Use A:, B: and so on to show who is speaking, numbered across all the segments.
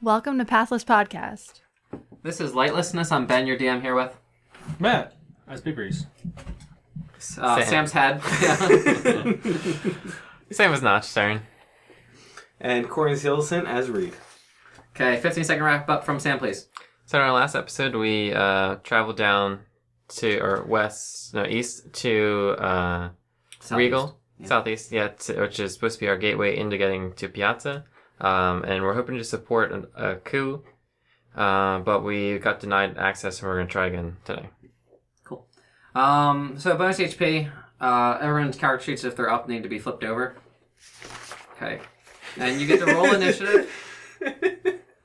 A: Welcome to Pathless Podcast.
B: This is Lightlessness. I'm Ben, your DM here with
C: Matt, I speak Reese.
B: uh,
D: Sam.
B: Sam's head. Yeah.
D: Same as Notch, Stern.
E: And Corey Hilson as Reed.
B: okay, 15 second wrap up from Sam, please.
D: So in our last episode, we uh, traveled down to or west, no east to uh,
B: Southeast.
D: Regal,
B: Yeah.
D: southeast, yeah, to, which is supposed to be our gateway into getting to Piazza, um, and we're hoping to support an, a coup, uh, but we got denied access, and we're gonna try again today.
B: Um, so bonus HP. Uh, everyone's character sheets, if they're up, need to be flipped over. Okay. And you get to roll initiative.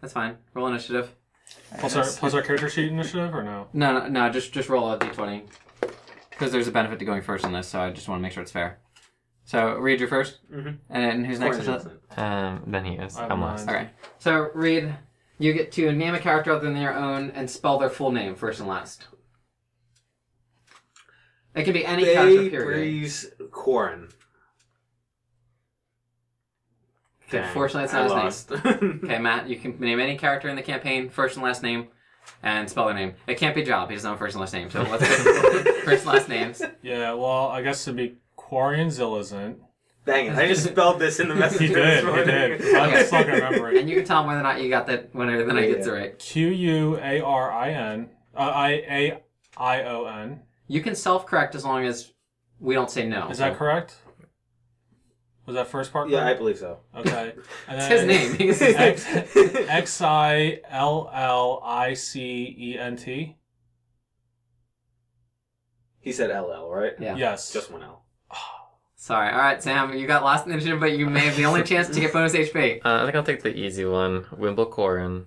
B: That's fine. Roll initiative.
C: Plus our plus our character sheet initiative or no?
B: No, no, no. Just just roll a d20 because there's a benefit to going first in this. So I just want to make sure it's fair. So read your 1st
D: Mm-hmm.
E: Mhm.
B: and then who's next?
E: Corey
B: Is it?
E: Hilson.
D: Um, then he is.
C: I'm
D: I'm lost.
C: mine.
B: Okay. So Reed, you get to name a character other than your own and spell their full name first and last. It can be any character.
E: Bay
B: Period.
E: Breeze Corin.
B: Okay, fortunately, that's not his name. Okay, Matt, you can name any character in the campaign, first and last name, and spell their name. It can't be Job. He doesn't know first and last name. So let's get first and last names.
C: Yeah, well, I guess it'd be Quarian Zillizant.
E: Dang it! I just spelled this in the messenger.
C: He did,
E: this
C: he
E: morning.
C: did. I just fucking remember it.
B: And you can tell him whether or not you got that, whether or not he gets it right.
C: Q U A R I N uh, I A I O N.
B: You can self correct as long as we don't say no.
C: Is that correct? Was that first part?
E: Yeah, I
C: correct?
E: believe so.
C: Okay. And
B: It's
C: then
B: his name. He gets-
C: X X I L L I C E N T.
E: He said LL, right?
B: Yeah.
C: Yes.
E: Just one L.
B: Sorry. All right, Sam, you got last initiative, but you may have the only chance to get bonus HP.
D: Uh, I think I'll take the easy one. Wimble Corin,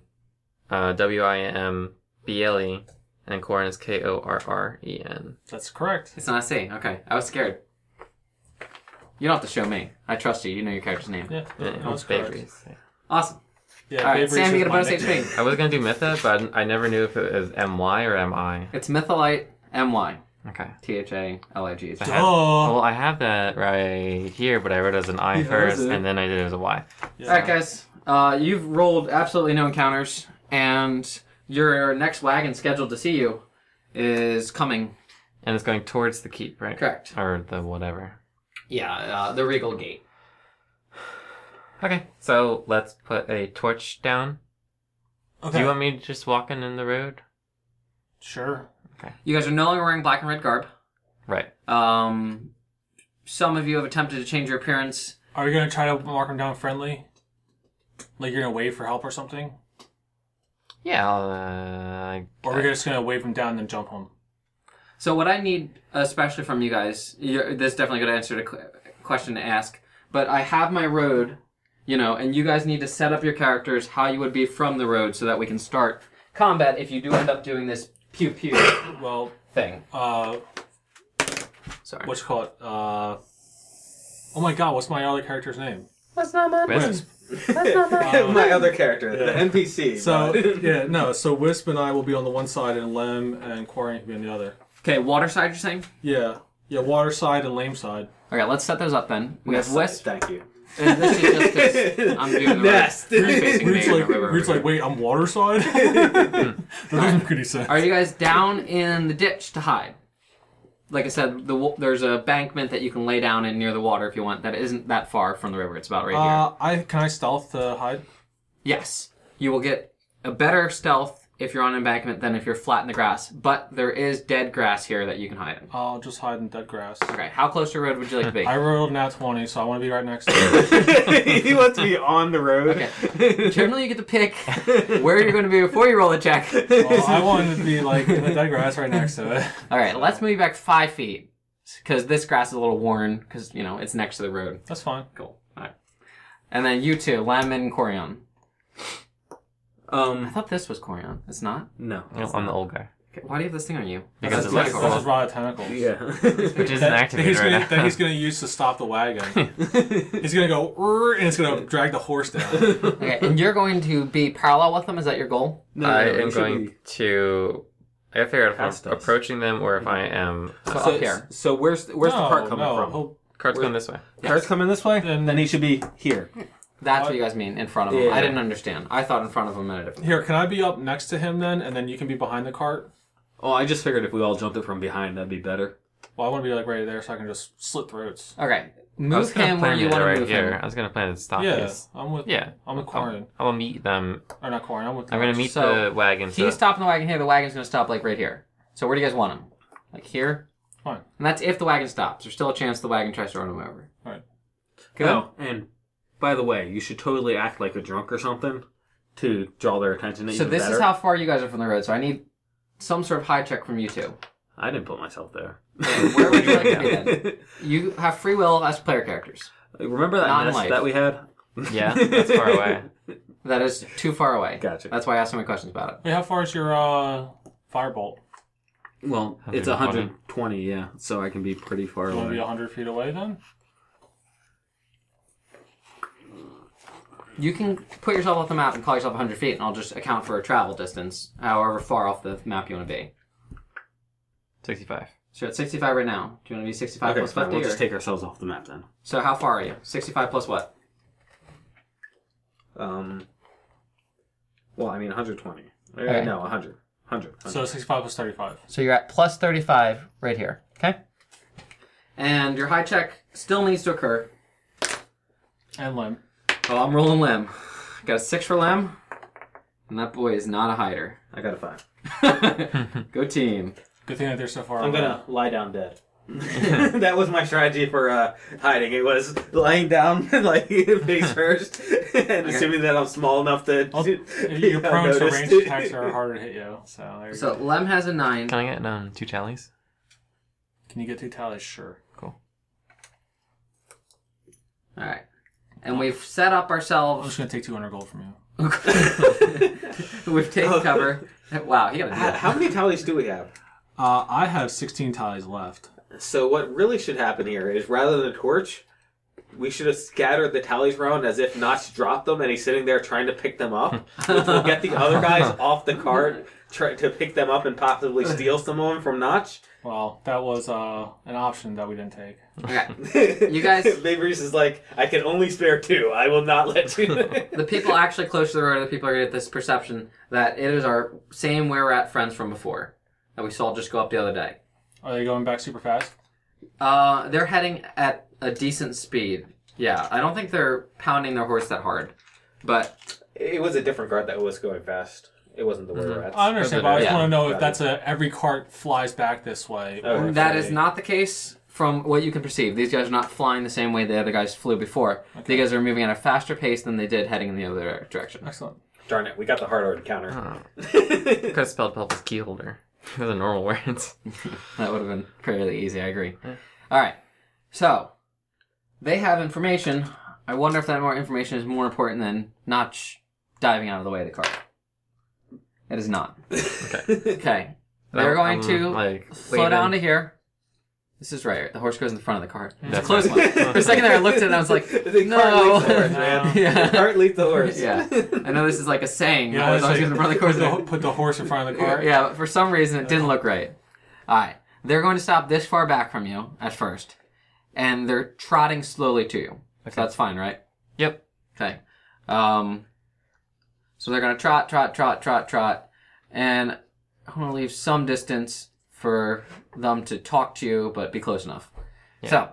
D: uh, W I M B L E, and Corin is K O R R E N.
C: That's correct.
B: It's not a C. Okay. I was scared. You don't have to show me. I trust you. You know your character's name.
C: Yeah.
D: Yeah,
C: That's
D: it's
C: correct.
D: bakeries.
B: Awesome.
C: Yeah,
B: All right,
C: Babe Ruth
B: Sam, you
C: is
B: get a
C: my
B: bonus
C: nickname.
B: HP.
D: I was gonna do Mytha, but I never knew if it was MY or MI.
B: It's Mytholite M-Y.
D: Okay.
B: T-H-A-L-I-G-H.
D: I
C: Duh.
D: had-
C: Oh,
D: well, I have that right here, but I wrote it as an I first, and then I did it as a Y.
C: Yeah.
B: All right, guys. Uh, you've rolled absolutely no encounters, and your next wagon scheduled to see you is coming.
D: And it's going towards the keep, right?
B: Correct.
D: Or the whatever.
B: Yeah, uh, the Regal Gate.
D: Okay, so let's put a torch down.
C: Okay.
D: Do you want me just walking in the road?
C: Sure.
B: You guys are no longer wearing black and red garb.
D: Right.
B: Um, some of you have attempted to change your appearance.
C: Are you gonna try to mark him down friendly? Like you're gonna wave for help or something?
D: Yeah. I'll, uh,
C: Or we're just gonna wave him down and then jump him?
B: So what I need, especially from you guys, you're, this is definitely a good answer to qu- question to ask. But I have my road, you know, and you guys need to set up your characters how you would be from the road, so that we can start combat if you do end up doing this pew pew
C: Well,
B: thing.
C: uh,
D: Sorry.
C: what's called? Uh, oh my god, what's my other character's name?
D: Wisp.
E: My other character,
C: Yeah.
E: the NPC.
C: So
E: but-
C: yeah, no. So Wisp and I will be on the one side, and Lem and Quarian will be on the other.
B: Okay, water side, you're saying?
C: Yeah, yeah. Water side and Lame side.
B: Okay, let's set those up then. We have Wisp,
E: Thank you.
B: and this is just 'cause I'm doing the
E: Nest.
B: Right. you're facing
C: Root's
B: me,
C: like,
B: remember,
C: Root's like,
B: remember.
C: wait, I'm water side. that doesn't make any sense.
B: Are you guys down in the ditch to hide? Like I said, the, wa- there's a bankment that you can lay down in near the water if you want. That isn't that far from the river. It's about right here.
C: Uh, I can I stealth to hide?
B: Yes, you will get a better stealth if you're on an embankment than if you're flat in the grass. But there is dead grass here that you can hide in.
C: I'll just hide in dead grass.
B: Okay, how close to the road would you like to be?
C: I rolled now twenty, so I want to be right next to him.
E: he wants to be on the road.
B: Okay. Generally, you get to pick where you're going to be before you roll a check.
C: well, I wanted to be like in the dead grass right next to it.
B: All right, let's move back five feet because this grass is a little worn because you know it's next to the road.
C: That's fine.
B: Cool. All right, and then you two, Lem and Corion. I
E: Um,
B: thought this was Corion. It's not.
E: no.
D: No, Oh, I'm the old guy.
B: Okay, why do you have this thing on you?
D: Because
B: That's
D: it's like-
C: That's
B: difficult.
C: his rod of tentacles.
E: Yeah.
D: Which isn't activated
C: he's gonna,
D: right
C: that
D: now.
C: he's gonna use to stop the wagon. he's gonna go "Rrr," and it's gonna drag the horse down.
B: Okay, and you're going to be parallel with them. Is that your goal?
E: No,
D: I
E: no, we
D: am
E: should
D: going
E: be-
D: to. I gotta figure out if
E: Past
D: I'm
E: us.
D: approaching them or if I am.
B: So,
D: Uh,
E: So,
B: up here.
E: so where's where's the
C: No,
E: cart coming
C: no,
E: from?
C: he'll-
D: cards going this way.
E: Cart's coming this way,
C: Then-
E: then he should be here.
B: That's what you guys mean in front of him.
E: Yeah.
B: I didn't understand. I thought in front of him meant a different.
C: Here, can I be up next to him then, and then you can be behind the cart?
F: Oh, I just figured if we all jumped it from behind, that'd be better.
C: Well, I want to be like right there so I can just slit throats.
B: Okay,
D: I
B: move
D: was gonna
B: him where
D: plan
B: you
D: it
B: want
D: right
B: to move
D: here.
B: him.
D: I was gonna plan to stop
C: yeah,
D: this.
C: I'm with.
D: Ah, Yeah.
C: I'm with Corin.
D: I will meet them.
C: Or not Corin. I'm with.
D: I'm gonna meet
B: So,
D: the wagon. So
B: He's stopping the wagon here. The wagon's gonna stop like right here. So where do you guys want him? Like here.
C: Fine.
B: And that's if the wagon stops. There's still a chance the wagon tries to run him over.
C: Alright.
B: Good.
F: Oh, and by the way, you should totally act like a drunk or something to draw their attention.
B: So
F: even
B: this is
F: better.
B: how far you guys are from the road. So I need some sort of high check from you two.
F: I didn't put myself there.
B: where would you like to be You have free will as player characters.
F: Remember that
B: Not in
F: mess
B: life.
F: that we had?
D: yeah, that's far away.
B: That is too far away.
F: Gotcha.
B: That's why I asked so many questions about it.
C: Wait, how far is your uh, firebolt?
F: Well, it's
D: 120.
F: 120, yeah, so I can be pretty far
C: You want to be
F: away.
C: 100 feet away then?
B: You can put yourself off the map and call yourself 100 feet, and I'll just account for a travel distance, however far off the map you want to be.
D: Sixty-five.
B: So you're at 65 right now. Do you want to be 65
F: Okay,
B: plus
F: fine.
B: 50?
F: We'll
B: or-
F: just take ourselves off the map then.
B: So how far are you? 65 plus what?
E: Um, well, I mean, 120. Uh,
B: Okay.
E: No, 100. 100. 100.
C: So 65 plus 35.
B: So you're at plus 35 right here. Okay. And your high check still needs to occur.
C: And limb.
B: Oh, I'm rolling Lem. Got a six for Lem, and that boy is not a hider.
E: I got a five.
B: Go team.
C: Good thing that they're so far
E: I'm
C: away.
E: gonna lie down dead. that was my strategy for uh, hiding. It was lying down, like face first, and assuming that I'm small enough to.
C: Well,
E: be
C: You're prone to
E: unnoticed.
C: range attacks that are harder to hit you. So, there you
B: So
C: go.
B: Lem has a nine.
D: Can I get um two tallies?
C: Can you get two tallies? Sure.
B: All right, and we've set up
C: I'm
B: ourselves.
C: just gonna take 200 gold from you.
B: We've taken cover. Wow, he got a
E: How,
B: deal.
E: how many tallies do we have?
C: Uh, I have 16 tallies left.
E: So what really should happen here is rather than a torch, we should have scattered the tallies around as if Notch dropped them and he's sitting there trying to pick them up, which will get the other guys off the cart try to pick them up and possibly steal some of them from Notch.
C: Well, that was uh, an option that we didn't take.
B: Okay,
E: You
B: guys-
E: Babrius is like, I can only spare two. I will not let you.
B: the people actually close to the road, the people are gonna get this perception that it is our same where we're at friends from before that we saw just go up the other day.
C: Are they going back super fast?
B: Uh, they're heading at a decent speed. Yeah, I don't think they're pounding their horse that hard, but
E: it was a different guard that was going fast. It wasn't the way
B: Mm-hmm.
E: we're
C: I
E: at.
C: understand, but I just
B: Yeah.
C: want to know if that's a every cart flies back this way. or if
B: That
C: they-
B: is not the case from what you can perceive. These guys are not flying the same way the other guys flew before. These guys are moving at a faster pace than they did heading in the other direction.
C: Excellent.
E: Darn it, we got the hard hard counter.
B: Oh.
D: Could have spelled help as key holder. Those are normal words.
B: That would have been fairly easy, I agree. All right. So, they have information. I wonder if that more information is more important than not sh- diving out of the way of the car. It is not. Okay. Okay. They're going
D: I'm,
B: to
D: like
B: slow down to
D: waving.
B: here. This is right. The horse goes in the front of the car. It's a
D: That's
B: close
D: right.
B: one. For a second there, I looked at it and I was like,
E: The cart
B: no.
E: leads the horse, man.
B: Yeah.
E: The cart leads the horse.
B: Yeah, I know this is like a saying.
C: Yeah,
B: I was
C: it's
B: always
C: like,
B: going to run the
C: put,
B: course.
C: the, put the horse in front of the cart.
B: Yeah, but for some reason it didn't look right. All right, they're going to stop this far back from you at first, and they're trotting slowly to you. So that's fine, right?
D: Yep.
B: Okay. Um, so they're going to trot, trot, trot, trot, trot, and I'm going to leave some distance for them to talk to you, but be close enough. So,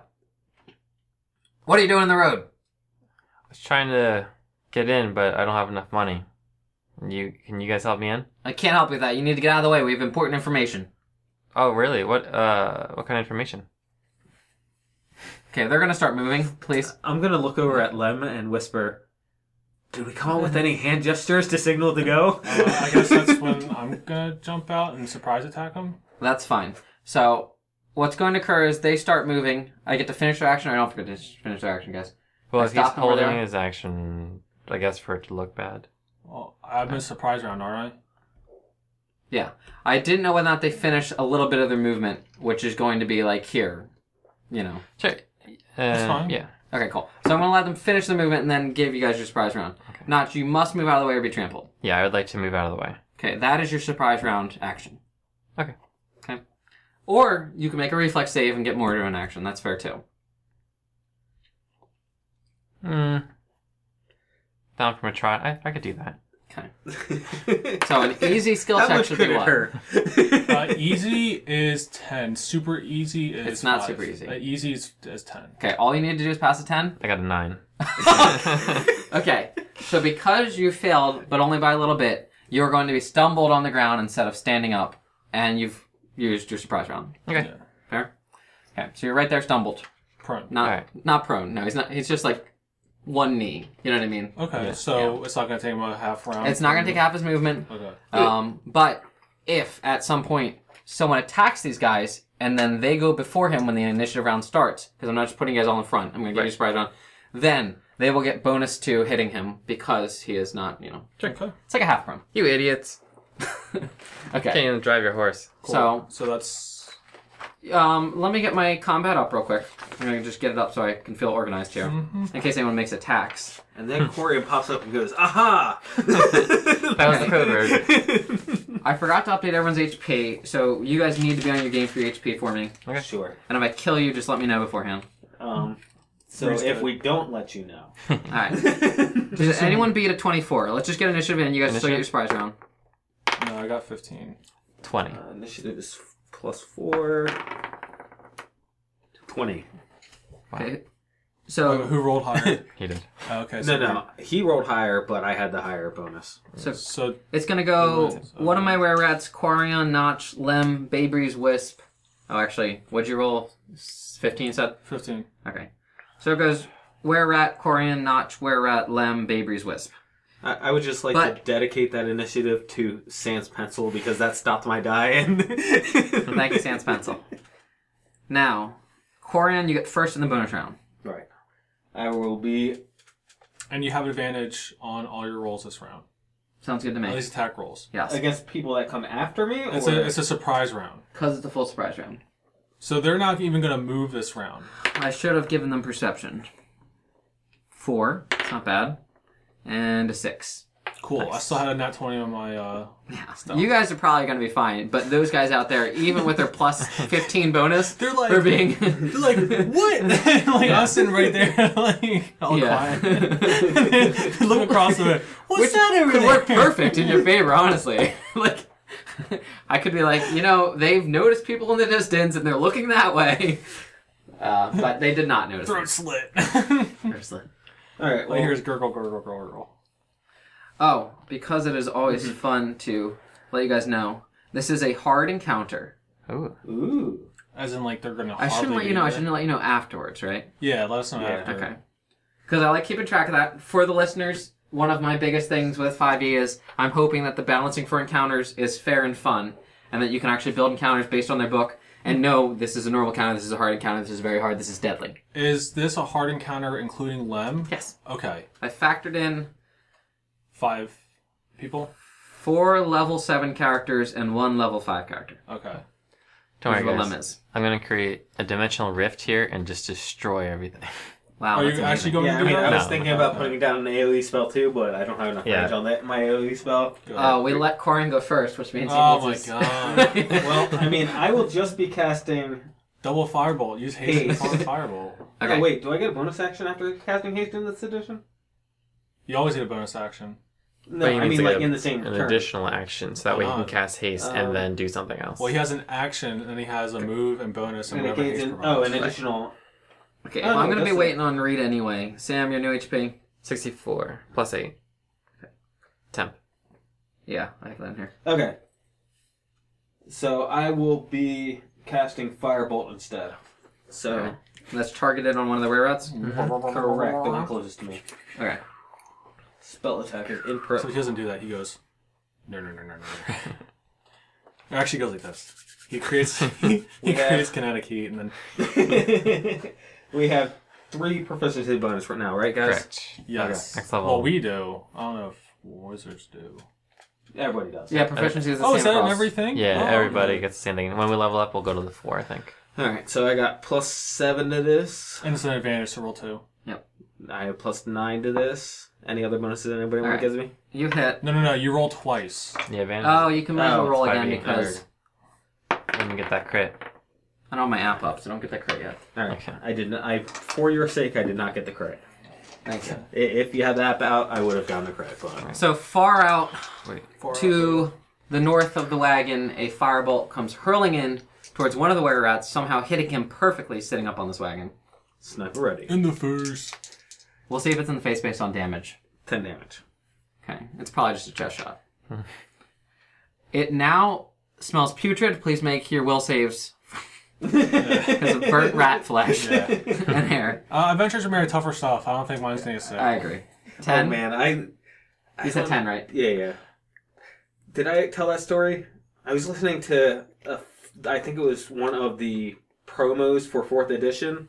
B: what are you doing in the road?
D: I was trying to get in, but I don't have enough money. You can you guys help me in?
B: I can't help you with that. You need to get out of the way. We have important information.
D: Oh really? What uh what kind of information?
B: Okay, they're going to start moving. Please.
F: I'm gonna look over at Lem and whisper, Did we come up with any hand gestures to signal to go?
C: Uh, I guess that's when I'm gonna jump out and surprise attack them.
B: That's fine. So, what's going to occur is they start moving. I get to finish their action. or I don't forget to finish their action, guys.
D: Well,
B: I
D: if he's
B: stopped him where they
D: holding
B: are.
D: his action, I guess for it to look bad.
C: Well, I've been surprise round, aren't
B: Yeah. I didn't know whether or not they finish a little bit of their movement, which is going to be like here. You know.
D: Sure. That's
C: fine.
D: Yeah.
B: Okay, cool. So I'm going to let them finish the movement and then give you guys your surprise round. Notch, you must move out of the way or be trampled.
D: Yeah, I would like to move out of the way.
B: Okay, that is your surprise round action.
D: Okay.
B: Okay. Or you can make a reflex save and get more to an action. That's fair too.
D: Mm, down from a trot. I, I could do that.
B: So an easy skill
F: How
B: check
F: much
B: should
F: could
B: be
F: it
B: what?
F: hurt?
C: Uh, easy is ten. Super easy is.
B: It's not
C: five.
B: super easy.
C: Uh, easy is, is ten.
B: Okay, all you need to do is pass a ten.
D: I got a nine.
B: Okay, so because you failed, but only by a little bit, you're going to be stumbled on the ground instead of standing up, and you've used your surprise round.
D: Okay.
C: Yeah.
B: Fair. Okay, so you're right there, stumbled.
C: Prone.
B: Not
D: Alright.
B: not prone. No, he's not. He's just like one knee. You know what I mean?
C: Okay, so it's not gonna take him a half round. uh,
B: It's not going to take half his movement.
C: Okay.
B: Um, but if at some point someone attacks these guys and then they go before him when the initiative round starts, because I'm not just putting you guys all in front, I'm going to give you a surprise round, then they will get bonus to hitting him because he is not, you know,
C: Okay.
B: it's like a half round.
D: You idiots.
B: Okay.
D: Can't even drive your horse.
B: So
C: So that's
B: um, let me get my combat up real quick. I'm going to just get it up so I can feel organized here in case anyone makes attacks.
E: And then Corian pops up and goes, "Aha!"
D: That was the code word.
B: I forgot to update everyone's HP, so you guys need to be on your game for your HP for me.
E: Sure.
B: And if I kill you, just let me know beforehand.
E: Um, so
C: Breeze
E: if
C: code.
E: we don't let you know,
B: All right. Does anyone beat a 24? Let's just get initiative and you guys still get your surprise round.
C: no. I got fifteen.
D: 20.
E: Uh, initiative is f- plus four. 20.
B: Okay.
C: Who,
B: So,
C: Uh, who rolled higher? Uh,
D: He did.
C: okay.
E: No,
C: So
E: no. He rolled higher, but I had the higher bonus.
B: so
C: So
B: it's gonna go one of my rare rats, Quarion, Notch, Lem, Baybreeze, Wisp. Oh, actually, what'd you roll? S- 15 set?
C: fifteen.
B: Okay. So it goes were rat, Quarion, Notch, were rat, Lem, Baybreeze, Wisp.
E: I, I would just like to
B: But-
E: dedicate that initiative to Sans Pencil because that stopped my die. And
B: Thank you, Sans Pencil. Now, Quarion, you get first in the bonus round.
E: Right. I will be.
C: And you have advantage on all your rolls this round.
B: Sounds good to
C: At
B: me.
C: least attack rolls.
B: Yes.
E: Against people that come after me?
C: It's
E: or-
C: a it's a surprise round.
B: Because it's a full surprise round.
C: So they're not even gonna move this round.
B: I should have given them perception. Four. It's not bad. And a six.
C: Cool. I still had a nat twenty on my. uh
B: Yeah. You guys are probably going to be fine, but those guys out there, even with their plus 15 bonus,
C: They're like-
B: they're being.
C: They're like what? like I'm sitting right there, like all
B: Yeah.
C: quiet. Look across the. What's
B: Which
C: that over
B: could
C: there?
B: work perfect in your favor, honestly. like, I could be like, you know, they've noticed people in the distance and they're looking that way. Uh, but they did not notice.
C: Throat
B: us,
C: slit.
B: seriously.
E: All right.
C: All
E: Well,
C: I hear is gurgle, gurgle, gurgle, gurgle.
B: Oh, because it is always fun to let you guys know, this is a hard encounter.
D: Ooh.
E: Ooh.
C: As in, like they're gonna.
B: I shouldn't
C: hardly
B: let you
C: be
B: know. I
C: there.
B: shouldn't let you know afterwards, right?
C: Yeah, let us know
E: Yeah.
C: after.
B: Okay. Because I like keeping track of that. For the listeners, one of my biggest things with 5e is I'm hoping that the balancing for encounters is fair and fun, and that you can actually build encounters based on their book and know this is a normal encounter, this is a hard encounter, this is very hard, this is deadly.
C: Is this a hard encounter including Lem?
B: Yes.
C: Okay.
B: I factored in
C: Five people?
B: four level 7 characters and one level 5 character.
C: Okay.
D: Don't
B: Those
D: worry,
B: are the
D: guys.
B: limits.
D: I'm going to create a dimensional rift here and just destroy everything.
B: Wow. that's
C: Are Oh, you
B: amazing.
C: actually going
E: Yeah, I
C: to do
E: mean, I
C: that?
E: was thinking about putting down an AoE spell too, but I don't have enough
D: Yeah.
E: range on that, my AoE spell.
C: Go ahead.
B: Oh, we let Corin go first, which means he
C: Oh my
B: needs
C: god.
B: his-
E: well, I mean, I will just be casting.
C: Double firebolt. Use haste
E: Haste.
C: upon firebolt.
B: Okay.
E: Oh, wait, do I get a bonus action after casting haste in this edition?
C: You always get a bonus action.
E: No,
D: But he
E: I
D: needs
E: mean
D: to
E: like
D: get
E: in the same
D: An
E: turn.
D: additional action, so that way he can cast haste
E: Um,
D: and then do something else.
C: Well, he has an action, and he has a move and bonus and
E: And it
C: whatever
E: gains
C: haste
E: an,
C: provides.
E: oh, an additional.
B: Okay,
E: Oh,
B: well, I'm
E: no,
B: going to be
E: that's-
B: waiting on Reed anyway. Sam, your new HP?
D: 64 plus 8. Temp.
B: Yeah, I have that in here.
E: Okay. So I will be casting firebolt instead. So
B: Okay. That's targeted on one of the rare routes?
E: correct, the one closest to me.
B: Okay.
E: Spell attack is input.
C: So he doesn't do that. He goes, no, no, no, no, no. no. it actually goes like this. He creates he,
E: Yeah.
C: creates kinetic heat, and then
E: we have three proficiency bonus right now, right, guys?
D: Correct.
C: yes,
D: Next level.
C: Well, we do. I don't know if wizards do.
E: Everybody does.
B: Yeah, proficiency is the
C: Oh,
B: same
C: is that in
B: across.
C: everything?
D: Yeah,
C: Oh,
D: everybody gets the same thing. When we level up, we'll go to the 4, I think.
E: All right, so I got plus seven to this.
C: And it's an advantage to roll two.
E: I have plus nine to this. Any other bonuses anybody
B: All right.
E: want to give me?
B: You hit.
C: No, no, no. You roll twice.
D: The advantage.
B: Oh, you can might as well
E: Oh,
B: roll
D: it's
B: again
D: 5e.
B: because
D: Let me get that crit.
B: I don't have my app up, so don't get that crit yet.
E: All right,
D: Okay.
E: I did not. I for your sake, I did not get the credit.
B: Thank you.
E: I- If you had that out, I would have gotten the credit for it.
B: So far out
D: Wait.
B: to the north of the wagon, a firebolt comes hurling in towards one of the were rats, somehow hitting him perfectly sitting up on this wagon.
E: Sniper ready.
C: In the first.
B: We'll see if it's in the face based on damage.
E: Ten damage.
B: Okay, it's probably just a chest shot. it now smells putrid. Please make your will saves because of burnt rat flesh and hair.
C: Uh, Adventures are made of tougher stuff. I don't think mine's gonna say.
B: I agree. Ten.
E: Oh man, I. I
B: you said
E: don't-
B: ten, right?
E: Yeah, yeah. Did I tell that story? I was listening to, a, I think it was one of the promos for fourth edition,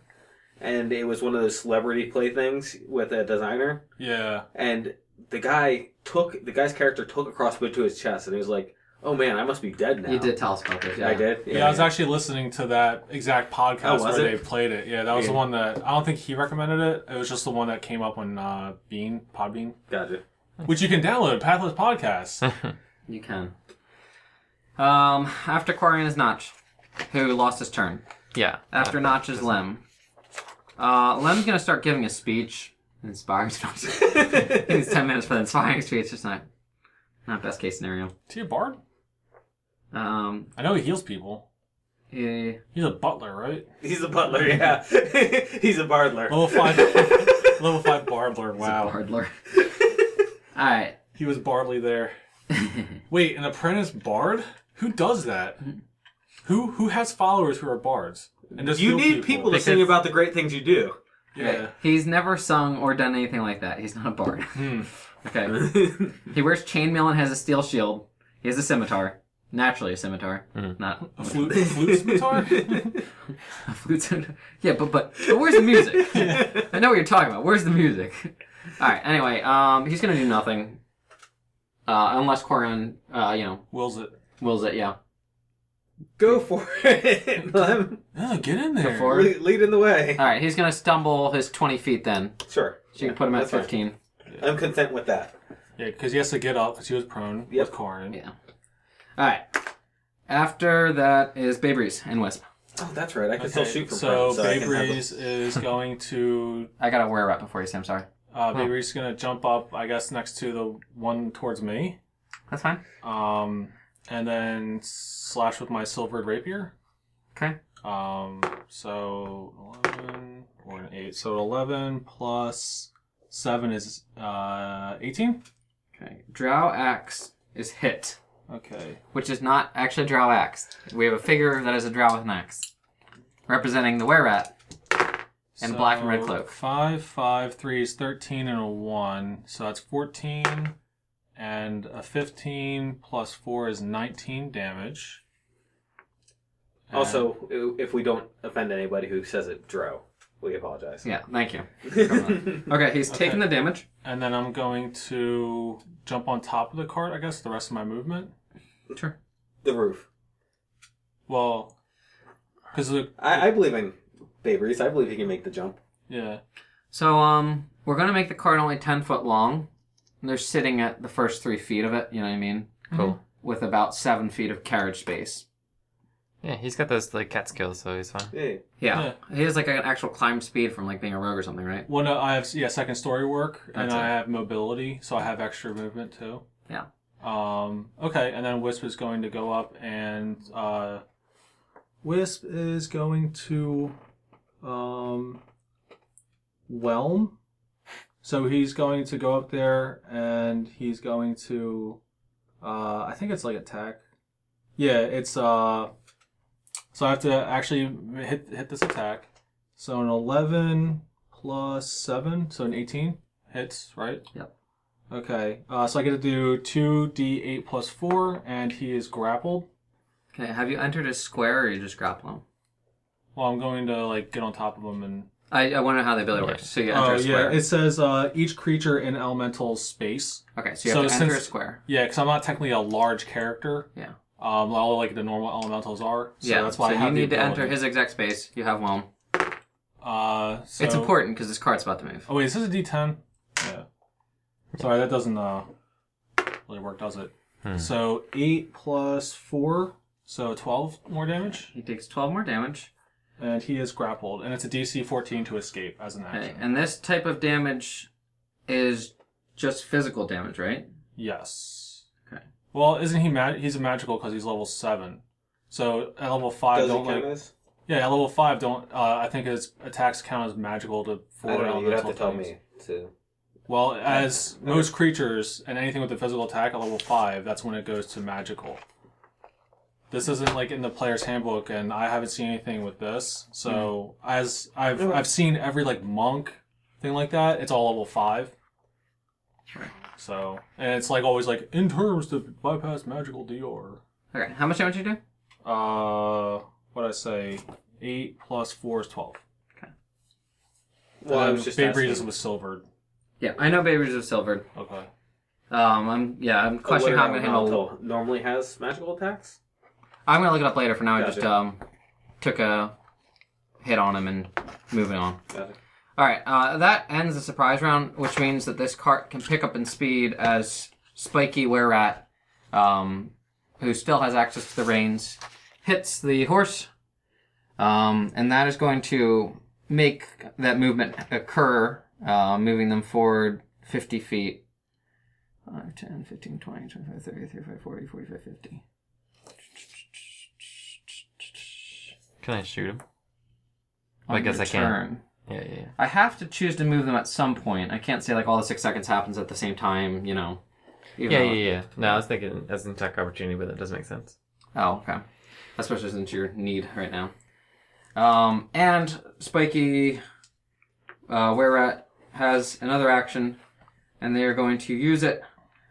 E: and it was one of those celebrity playthings with a designer.
C: Yeah.
E: and the guy took the guy's character took a crossbow to his chest, and he was like, "Oh man, I must be dead now."
B: You did tell us about this. Yeah.
E: I did.
C: yeah, I was actually listening to that exact podcast
E: Oh, was
C: where
E: it?
C: they played it. Yeah, that was the
E: Yeah.
C: one that I don't think he recommended it. It was just the one that came up when uh, Bean Podbean,
E: Gotcha.
C: which you can download Pathless Podcast.
B: You can. Um, after Quarian is Notch, who lost his turn.
D: Yeah.
B: After Notch is Lem. Uh, Lem's gonna start giving a speech. Inspiring speech. it's ten minutes for the inspiring speech. It's not, not best case scenario.
C: Is he a bard?
B: Um,
C: I know he heals people.
B: eh,
C: He's a butler, right?
E: He's a butler. Yeah, he's a bardler.
C: Level five, level five barbler. Wow,
B: Hardler. All right.
C: he was bardly there. Wait, an apprentice bard? Who does that? Who who has followers who are bards? And just
E: You
C: heal
E: need people to sing about the great things you do.
C: Yeah.
B: He's never sung or done anything like that. He's not a bard. Okay. He wears chainmail and has a steel shield. He has a scimitar. Naturally, a scimitar. Not
C: A flute, flute scimitar?
B: a flute scimitar. Yeah, but, but but where's the music? I know what you're talking about. Where's the music? All right. Anyway, um, he's gonna do nothing, uh, unless Corin, uh, you know,
C: Wills it.
B: wills it. Yeah.
E: Go for it. Lem,
C: Oh, get in there.
B: Before-
E: lead, leading the way.
B: All right. He's gonna stumble his 20 feet then.
E: Sure.
B: So you can put him at
E: That's fine.
B: 15.
E: I'm content with that.
C: Yeah, because he has to get up because he was prone
E: Yep.
C: with Corin.
B: Yeah. All right. After that is Bay Breeze and Wisp.
E: Oh, that's right. I can
C: Okay,
E: still shoot from
C: so
E: prone, so I
C: Bay
E: can have the-
C: Breeze is going to
B: I gotta wear a wrap before you say I'm sorry.
C: uh, Bay Breeze is going to jump up, I guess, next to the one towards me,
B: That's fine.
C: um, and then slash with my silvered rapier.
B: Okay.
C: Um, so eleven or an eight. So eleven plus seven is uh eighteen.
B: Okay. Drow axe is hit,
C: Okay.
B: which is not actually a drow axe. We have a figure that is a drow with an axe, representing the were rat. And
C: So
B: black and red cloak.
C: Five, five, three is thirteen and a one. So that's fourteen, and a fifteen plus four is nineteen damage. And-
E: Also,
C: uh,
E: i- if we don't offend anybody who says it, Dro, we apologize.
B: Yeah. Thank you. okay. He's taking the damage.
C: and then I'm going to jump on top of the cart. I guess the rest of my movement.
B: Sure.
E: The roof.
C: Well, because the
E: I, I believe in Bay Breeze. I believe he can make the jump.
C: yeah.
B: So um, we're gonna make the cart only ten foot long. And they're sitting at the first three feet of it. You know what I mean?
D: Cool.
B: With about seven feet of carriage space.
D: Yeah, he's got those like cat skills, so he's fine.
E: Yeah.
B: Yeah. He has like an actual climb speed from like being a rogue or something, right?
C: Well, no, I have yeah second story work, and
B: That's
C: I
B: it.
C: have mobility, so I have extra movement too.
B: Yeah.
C: Um. Okay, and then Wisp is going to go up, and uh, Wisp is going to, um, whelm. So he's going to go up there, and he's going to, uh, I think it's like attack. Yeah, it's uh. So I have to actually hit hit this attack. So an 11 plus 7, so an 18 hits, right?
B: Yep.
C: Okay, uh, so I get to do 2d8 plus 4, and he is grappled.
B: Okay. Have you entered a square or are you just grappling?
C: Well, I'm going to, like, get on top of him and...
B: I, I wonder how the ability works. So you enter
C: oh,
B: a
C: yeah,
B: square.
C: it says uh, each creature in elemental space.
B: okay, so you have
C: so
B: to enter a
C: since-
B: square.
C: Yeah, because I'm not technically a large character.
B: Yeah.
C: Um, all, like, the normal elementals are. So
B: yeah,
C: that's why
B: so
C: I have
B: you
C: the
B: need to enter
C: ability.
B: his exact space. You have Whelm.
C: Uh, so...
B: It's important because this card's about to move.
C: Oh, wait, is this a d10? Yeah. Sorry, that doesn't uh, really work, does it?
B: Hmm.
C: So 8 plus 4, so 12 more damage.
B: He takes 12 more damage.
C: and he is grappled, and it's a DC 14 to escape as an action.
B: Okay, and this type of damage is just physical damage, right?
C: Yes.
B: Okay.
C: Well, isn't he mad? He's a magical because he's level seven. So at level five,
E: Does it
C: don't
E: count
C: like.
E: as?
C: Yeah, at level five, don't. Uh, I think his attacks count as magical to four
E: I don't know. You have
C: elemental
E: to tell
C: things.
E: me to.
C: Well, as most creatures and anything with a physical attack at level five, that's when it goes to magical. This isn't like in the player's handbook, and I haven't seen anything with this. So
E: Hmm.
C: as I've I've seen every like monk thing like that, it's all level five. So and it's like always like in terms to bypass magical DR.
B: Okay, how much damage you do?
C: Uh, what I say, eight plus four is twelve.
E: Well, I
C: And
E: was just
C: Babe
E: asking.
C: Reedus was silvered.
B: Yeah, I know Babies of Silvered.
C: Okay.
B: Um, I'm yeah, I'm
E: Oh, what
B: questioning how I'm
E: about
B: gonna handle.
E: Elemental normally has magical attacks.
B: I'm gonna look it up later. For now, I
E: Gotcha.
B: just um took a hit on him and moving on.
E: Got it.
B: All right, uh, that ends the surprise round, which means that this cart can pick up in speed as Spiky Wererat, um, who still has access to the reins, hits the horse, um, and that is going to make that movement occur, uh, moving them forward 50 feet. 5, 10, 15, 20, 25, 30, 35, 40, 45, 50.
D: Can I shoot him?
B: On
D: I guess
B: your
D: I can.
B: turn.
D: Yeah, yeah, yeah.
B: I have to choose to move them at some point. I can't say like all the six seconds happens at the same time, you know. even
D: Yeah,
B: though-
D: yeah, yeah. No, I was thinking as an attack opportunity, but that does make sense.
B: Oh, okay. Especially since your need right now. Um, and Spiky uh, Wererat has another action, and they are going to use it.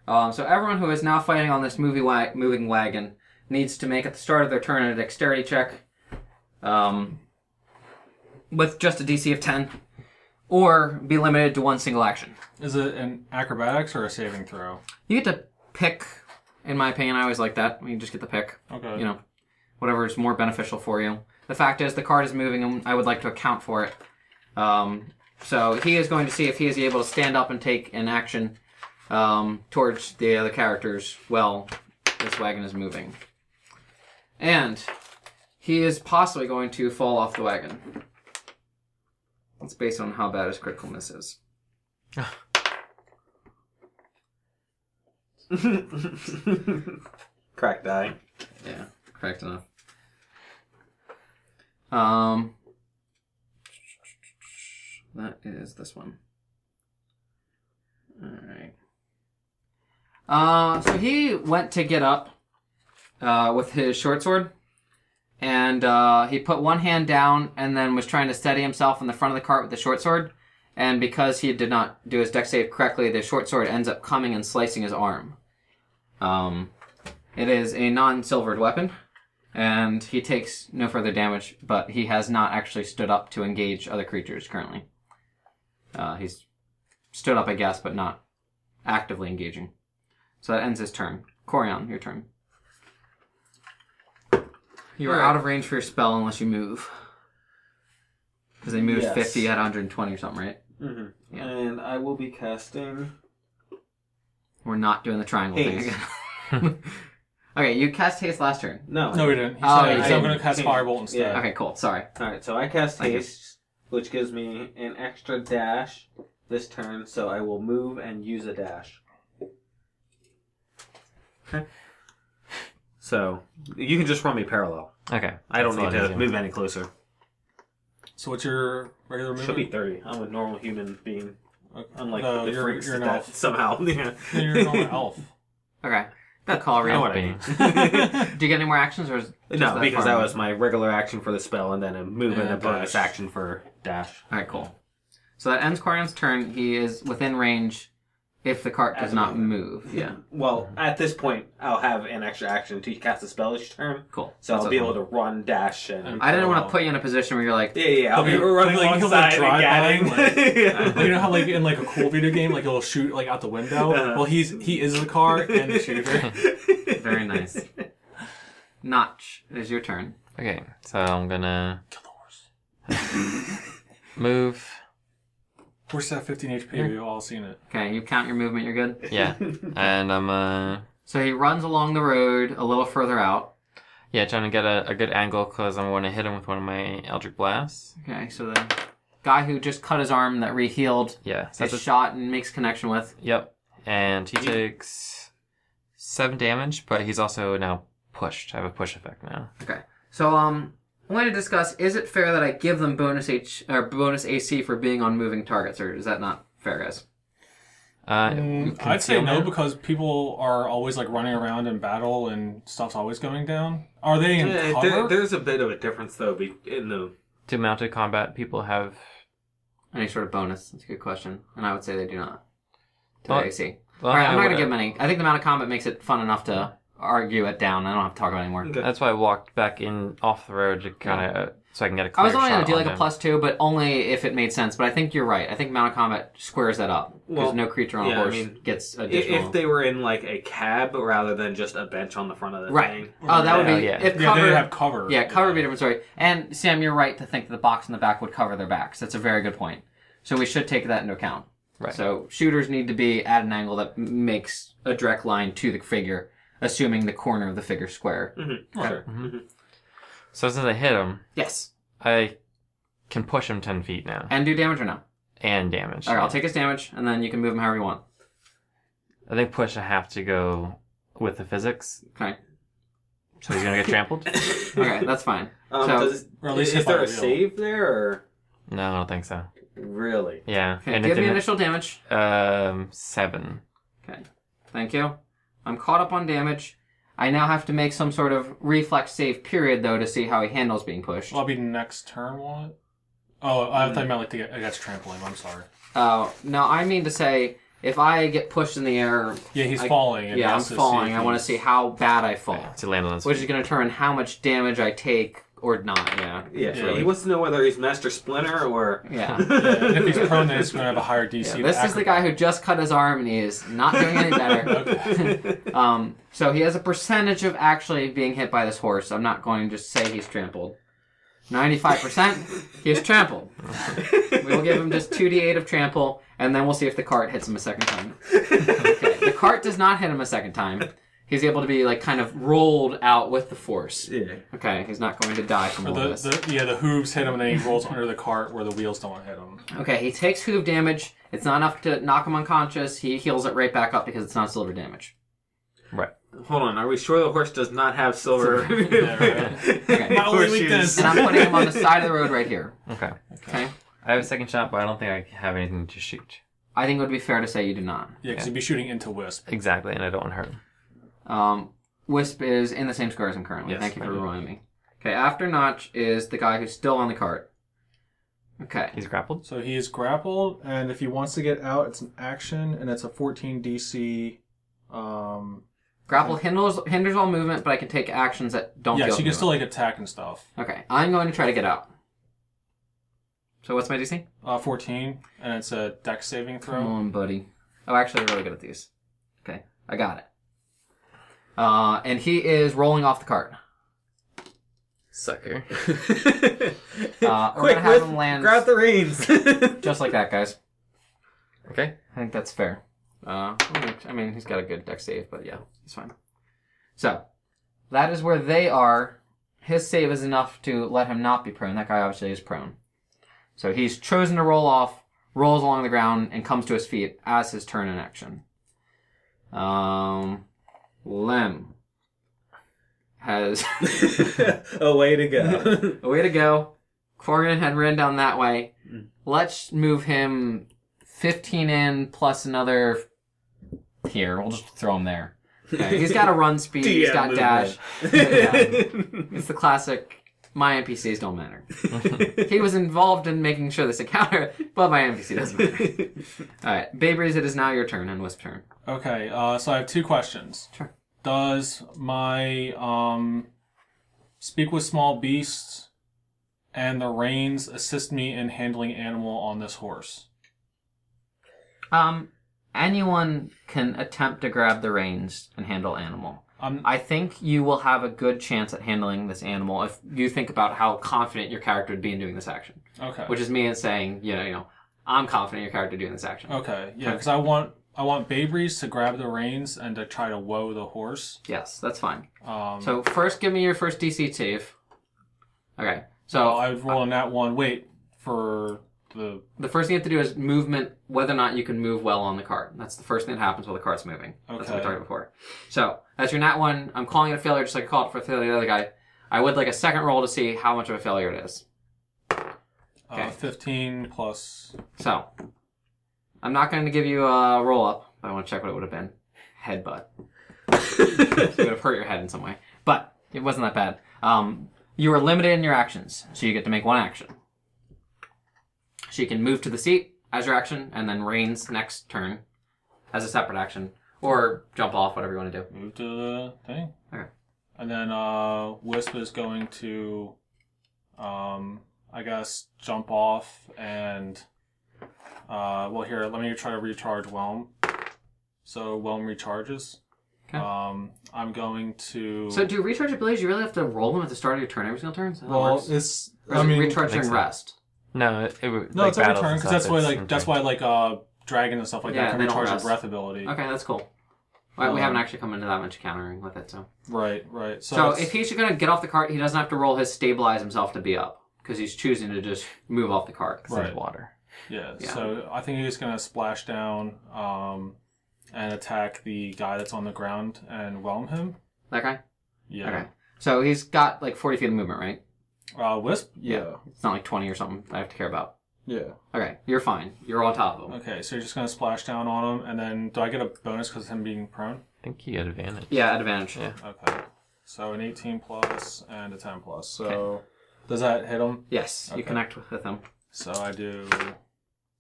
B: Um, so everyone who is now fighting on this movie wa- moving wagon needs to make at the start of their turn a dexterity check um, with just a DC of 10, or be limited to one single action.
C: Is it an acrobatics or a saving throw?
B: You get to pick, in my opinion, I always like that. You just get to pick.
C: Okay.
B: you know, whatever is more beneficial for you. The fact is, the card is moving, and I would like to account for it. Um, so he is going to see if he is able to stand up and take an action um, towards the other characters while this wagon is moving. And he is possibly going to fall off the wagon. That's based on how bad his critical miss is.
E: Crack die.
B: Yeah, correct enough. Um, that is this one. All right. Uh, so he went to get up uh, with his short sword, and uh, he put one hand down and then was trying to steady himself in the front of the cart with the short sword. And because he did not do his deck save correctly, the short sword ends up coming and slicing his arm. Um, it is a non-silvered weapon, and he takes no further damage, but he has not actually stood up to engage other creatures currently. Uh, he's stood up, I guess, but not actively engaging. So that ends his turn. Corion, your turn. You are
D: Alright.
B: out of range for your spell unless you move. Because they moved
E: Yes.
B: 50 at 120 or something, right?
E: Mm-hmm.
B: Yeah.
E: And I will be casting.
B: We're not doing the triangle
E: Haste.
B: thing again. okay, you cast haste last turn.
E: No.
C: No, he didn't. He
B: Oh,
C: said,
B: he
C: "So I'm
B: didn't.
C: going to cast
E: He-
C: Firebolt instead.
E: yeah.
B: Okay, cool. Sorry.
E: All right, so I cast
B: Thank you.
E: haste, which gives me an extra dash this turn. So I will move and use a dash.
F: So you can just run me parallel.
D: Okay.
F: I don't
D: That's a
F: need
D: lot
F: to
D: easier.
F: move any closer.
C: So what's your regular movement?
E: Should be thirty. I'm a normal human being,
C: Okay.
E: unlike
C: No,
E: the
C: you're-
E: freaks
C: you're
E: that
C: an elf.
E: somehow. Yeah.
C: You're an elf.
B: Okay. Good call,
F: You
B: Rio.
F: know what I mean?
B: Do you get any more actions, or is just
F: no,
B: that
F: because
B: far?
F: that was my regular action for the spell, and then a move and
C: And
F: a bonus
C: dash.
F: action for dash.
B: all right. Cool. So that ends Corion's turn. He is within range if the cart does
E: At the
B: not
E: moment.
B: move. Yeah.
E: Well, at this point, I'll have an extra action to cast a spell each turn,
B: Cool.
E: so I'll be able to run, dash, and
B: I didn't want to put you in a position where you're like,
E: yeah, yeah, yeah, I'll be
C: Like,
E: running
C: like,
E: like,
C: like,
E: inside
C: drive
E: and
C: by, like-
E: gadding.
C: Like, you know how like in like a cool video game, like it'll shoot like out the window.
E: Uh-huh.
C: Well, he's he is the car and the shooter.
B: very nice. Notch, it is your turn.
D: Okay, so I'm gonna move.
C: Where's that 15 HP? We've all seen it.
B: Okay, you count your movement. You're good.
D: Yeah, and I'm uh
B: So he runs along the road a little further out.
D: Yeah, trying to get a, a good angle because I'm going to hit him with one of my Eldritch Blasts.
B: Okay, so the guy who just cut his arm that rehealed
D: Yeah, so
B: is
D: that's a,
B: shot and makes connection with.
D: yep. And he takes seven damage, but he's also now pushed. I have a push effect now.
B: Okay, so um, I'm going to discuss: is it fair that I give them bonus H or bonus AC for being on moving targets, or is that not fair, guys?
D: Uh,
C: Mm, I'd say no
D: concealment?
C: because people are always like running around in battle and stuff's always going down. Are they in
E: Yeah,
C: cover?
E: there, there's a bit of a difference though be- in the
D: Do mounted combat people have?
B: Any sort of bonus? That's a good question, and I would say they do not. To
D: Well,
B: their AC.
D: Well,
B: All right,
D: I
B: I'm not gonna
D: would've-
B: give them any. I think the amount of combat makes it fun enough to argue it down. I don't have to talk about it anymore.
E: Okay.
D: That's why I walked back in off the road to kind of so I can get a
B: I
D: clear
B: was only
D: shot
B: gonna do
D: on
B: like a
D: him.
B: plus two, but only if it made sense. But I think you're right. I think Mount of Combat squares that up because
E: Well,
B: no creature on a
E: yeah, I
B: horse
E: mean,
B: gets
E: i-
B: additional.
E: if they were in like a cab rather than just a bench on the front of the
B: right.
E: thing.
B: Oh, that would be
D: Yeah, yeah.
B: if
C: yeah,
B: cover.
C: they
B: Yeah,
C: have cover.
B: cover would be a different story. And Sam, you're right to think that the box in the back would cover their backs. That's a very good point. So we should take that into account.
D: Right.
B: So shooters need to be at an angle that m- makes a direct line to the figure, assuming the corner of the figure square.
E: Sure.
D: So since I hit him,
B: Yes.
D: I can push him ten feet now
B: And do damage or no?
D: and damage.
B: All right, I'll take his damage, and then you can move him however you want.
D: I think push. I have to go with the physics,
B: Okay.
D: so he's gonna get trampled.
B: Okay, that's fine.
E: Um,
B: So-
E: does,
C: Or at least
E: is
C: hit by
E: there
C: a
E: a
C: wheel.
E: save there or
D: No, I don't think so.
E: really?
D: Yeah,
B: Okay,
D: and it
B: give me
D: didn't.
B: initial damage.
D: Um, seven.
B: Okay. Thank you. I'm caught up on damage. I now have to make some sort of reflex save period, though, to see how he handles being pushed.
C: Well, I'll be next turn. What? Oh, I thought you meant like the against trampling. I'm sorry.
B: Uh, now, I mean to say, if I get pushed in the air,
C: Yeah, he's
B: I-
C: falling. And he
B: yeah, I'm
C: has to see
B: falling.
C: if
B: I want to
C: he's-
B: see how bad I fall,
D: To land on his.
B: which is going to determine how much damage I take or not. Yeah.
E: Yeah,
C: Yeah.
E: sure. He wants to know whether he's Master Splinter or
B: Yeah.
C: Yeah, and if he's prone, then he's going to have a higher DC.
B: Yeah, this is the guy who just cut his arm and he is not doing any better. um, so he has a percentage of actually being hit by this horse. I'm not going to just say he's trampled. 95% he is trampled. we will give him just 2d8 of trample and then we'll see if the cart hits him a second time. Okay. The cart does not hit him a second time. He's able to be like kind of rolled out with the force.
E: yeah.
B: Okay, he's not going to die from
C: The,
B: all this.
C: the, yeah, the hooves hit him, and then he rolls under the cart where the wheels don't hit him.
B: Okay, he takes hoof damage. It's not enough to knock him unconscious. He heals it right back up because it's not silver damage.
D: Right.
E: Hold on, are we sure the horse does not have silver?
B: Okay.
C: My only
E: Horseshoes.
C: weakness.
B: And I'm putting him on the side of the road right here.
D: Okay.
B: Okay?
D: I have a second shot, but I don't think I have anything to shoot.
B: I think it would be fair to say you do not.
C: Yeah, because he'd be shooting into Wisp.
D: Exactly, and I don't want to hurt him.
B: Um, Wisp is in the same square as him currently.
D: Yes,
B: Thank you for
D: thank you.
B: reminding me. Okay, after Notch is the guy who's still on the cart. Okay.
D: He's grappled.
C: So he is grappled, and if he wants to get out, it's an action, and it's a 14 DC. Um,
B: Grapple hinders, hinders all movement, but I can take actions that don't
C: yeah,
B: deal
C: so you can
B: with
C: still like attack and stuff.
B: movement. Okay, I'm going to try to get out. So what's my DC?
C: Uh, 14, and it's a dex saving
B: Come
C: throw.
B: on, buddy. Oh, actually, I'm really good at these. Okay, I got it. Uh, and he is rolling off the cart.
D: Sucker.
B: Uh, we're
E: Quick,
B: gonna have
E: Whip,
B: him land
E: grab the reins.
B: just like that, guys.
D: Okay.
B: I think that's fair. Uh, I mean, he's got a good deck save, but yeah, he's fine. So, that is where they are. His save is enough to let him not be prone. That guy obviously is prone. So he's chosen to roll off, rolls along the ground, and comes to his feet as his turn in action. Um, Lem has
E: a way to go.
B: a way to go. Corgan had ran down that way. Let's move him 15 in plus another here. We'll just throw him there. Okay, He's got a run speed. he's
E: DM
B: got dash.
E: movement.
B: Yeah. It's the classic. My NPCs don't matter. he was involved in making sure this encounter, but my NPC doesn't matter. All right, Babriz, it is now your turn and Wisp turn.
C: Okay, uh, so I have two questions.
B: Sure.
C: Does my um, speak with small beasts and the reins assist me in handling animal on this horse?
B: Um, anyone can attempt to grab the reins and handle animal.
C: I'm,
B: I think you will have a good chance at handling this animal if you think about how confident your character would be in doing this action.
C: okay.
B: Which is me and saying, you know, you know, I'm confident your character doing this action.
C: Okay, yeah, because I want I want Babe Reese to grab the reins and to try to woe the horse.
B: Yes, that's fine.
C: Um,
B: So first, give me your first DC save. Okay. So
C: I was rolling that one. Wait for the
B: the first thing you have to do is movement, whether or not you can move well on the cart. That's the first thing that happens while the cart's moving. That's what we
C: Okay.
B: talked about before. So that's your nat one. I'm calling it a failure, just like I called it for failure the other guy. I would like a second roll to see how much of a failure it is. Okay.
C: uh, fifteen plus.
B: So I'm not going to give you a roll up, but I want to check what it would have been. Headbutt. it would have hurt your head in some way, but it wasn't that bad. Um, you are limited in your actions, so you get to make one action. She can move to the seat as your action, and then reigns next turn as a separate action, or jump off, whatever you want to do.
C: Move to the thing.
B: Okay.
C: And then uh, Wisp is going to, um, I guess, jump off and. Uh, well, here, let me try to recharge Whelm. So Whelm recharges.
B: Okay.
C: Um, I'm going to.
B: So, do recharge abilities? You really have to roll them at the start of your turn every single turn. Is that how it works?
C: it's.
B: Or is it recharge
D: makes
B: during
D: sense.
B: rest.
D: No, it, it would-
C: No,
D: like
C: it's every
D: battles
C: turn
D: and stuff,
C: because that's why
D: it's
C: like
D: in
C: that's
D: turn.
C: why like uh dragon and stuff like
B: Yeah,
C: that can
B: they don't
C: recharge your
B: rest.
C: breath ability.
B: Okay, that's cool. Well, we
C: Um,
B: haven't actually come into that much countering with it, so.
C: Right, right. So,
B: So
C: it's-
B: if he's going to get off the cart, he doesn't have to roll his stabilize himself to be up because he's choosing to just move off the cart.
D: It's in
C: Right.
D: water.
C: yeah,
B: yeah.
C: so I think he's gonna splash down um and attack the guy that's on the ground and whelm him.
B: That guy.
C: Yeah.
B: Okay. So he's got like forty feet of movement, right?
C: Uh, wisp.
B: It's not like twenty or something. that I have to care about.
C: yeah.
B: Okay, you're fine. You're on top of him.
C: Okay, so you're just gonna splash down on him, and then do I get a bonus because of him being prone?
D: I think you get advantage.
B: Yeah, at advantage.
D: Yeah.
C: Okay. So an 18 plus and a 10 plus. So does that hit him?
B: Yes, you
C: Okay.
B: connect with, with him.
C: So I do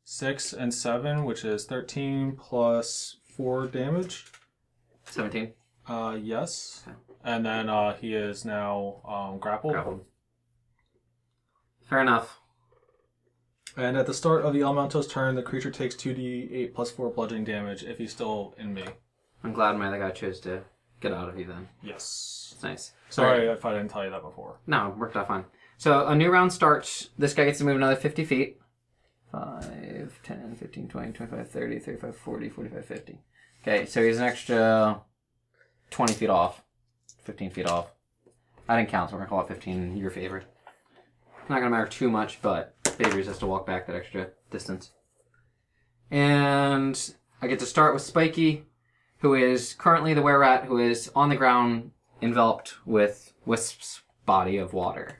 C: six and seven, which is thirteen plus four damage.
B: Seventeen.
C: Uh, yes. And then uh, he is now um, grappled.
B: Grappled. Fair enough.
C: And at the start of the elemental's turn, the creature takes two d8 plus four bludgeoning damage if he's still in me.
B: I'm glad my other guy chose to get out of you. Then
C: Yes.
B: it's nice.
C: Sorry if I didn't tell you that before.
B: No, it worked out fine. So a new round starts. This guy gets to move another 50 feet. 5, 10, 15, 20, 25, 30, 35, 40, 45, 50. Okay, so he's an extra 20 feet off, 15 feet off. I didn't count, so we're going to call it 15 your favorite. Not going to matter too much, but favors has to walk back that extra distance. And I get to start with Spiky, who is currently the were rat, who is on the ground enveloped with Wisp's body of water.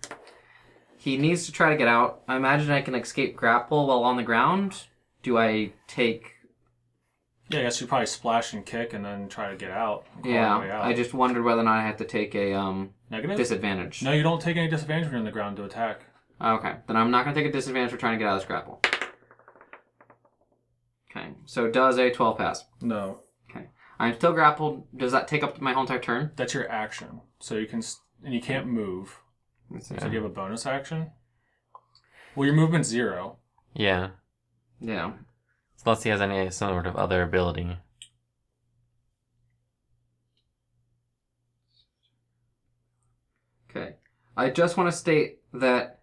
B: He needs to try to get out. I imagine I can escape grapple while on the ground. Do I take.
C: Yeah, I guess you probably splash and kick and then try to get out. and claw your way
B: Yeah,
C: out.
B: I just wondered whether or not I have to take a um,
C: negative.
B: disadvantage. Ah,
C: no, you don't take any disadvantage when you're on the ground to attack.
B: Okay, then I'm not going to take a disadvantage for trying to get out of this grapple. Okay, so does a 12 pass.
C: No,
B: Okay. I'm still grappled. Does that take up my whole entire turn?
C: that's your action. So you can s- and you can't move. So
D: Yeah.
C: do you have a bonus action? Well, your movement's zero.
D: yeah.
B: Yeah.
D: Unless he has any sort of other ability.
B: Okay. I just want to state that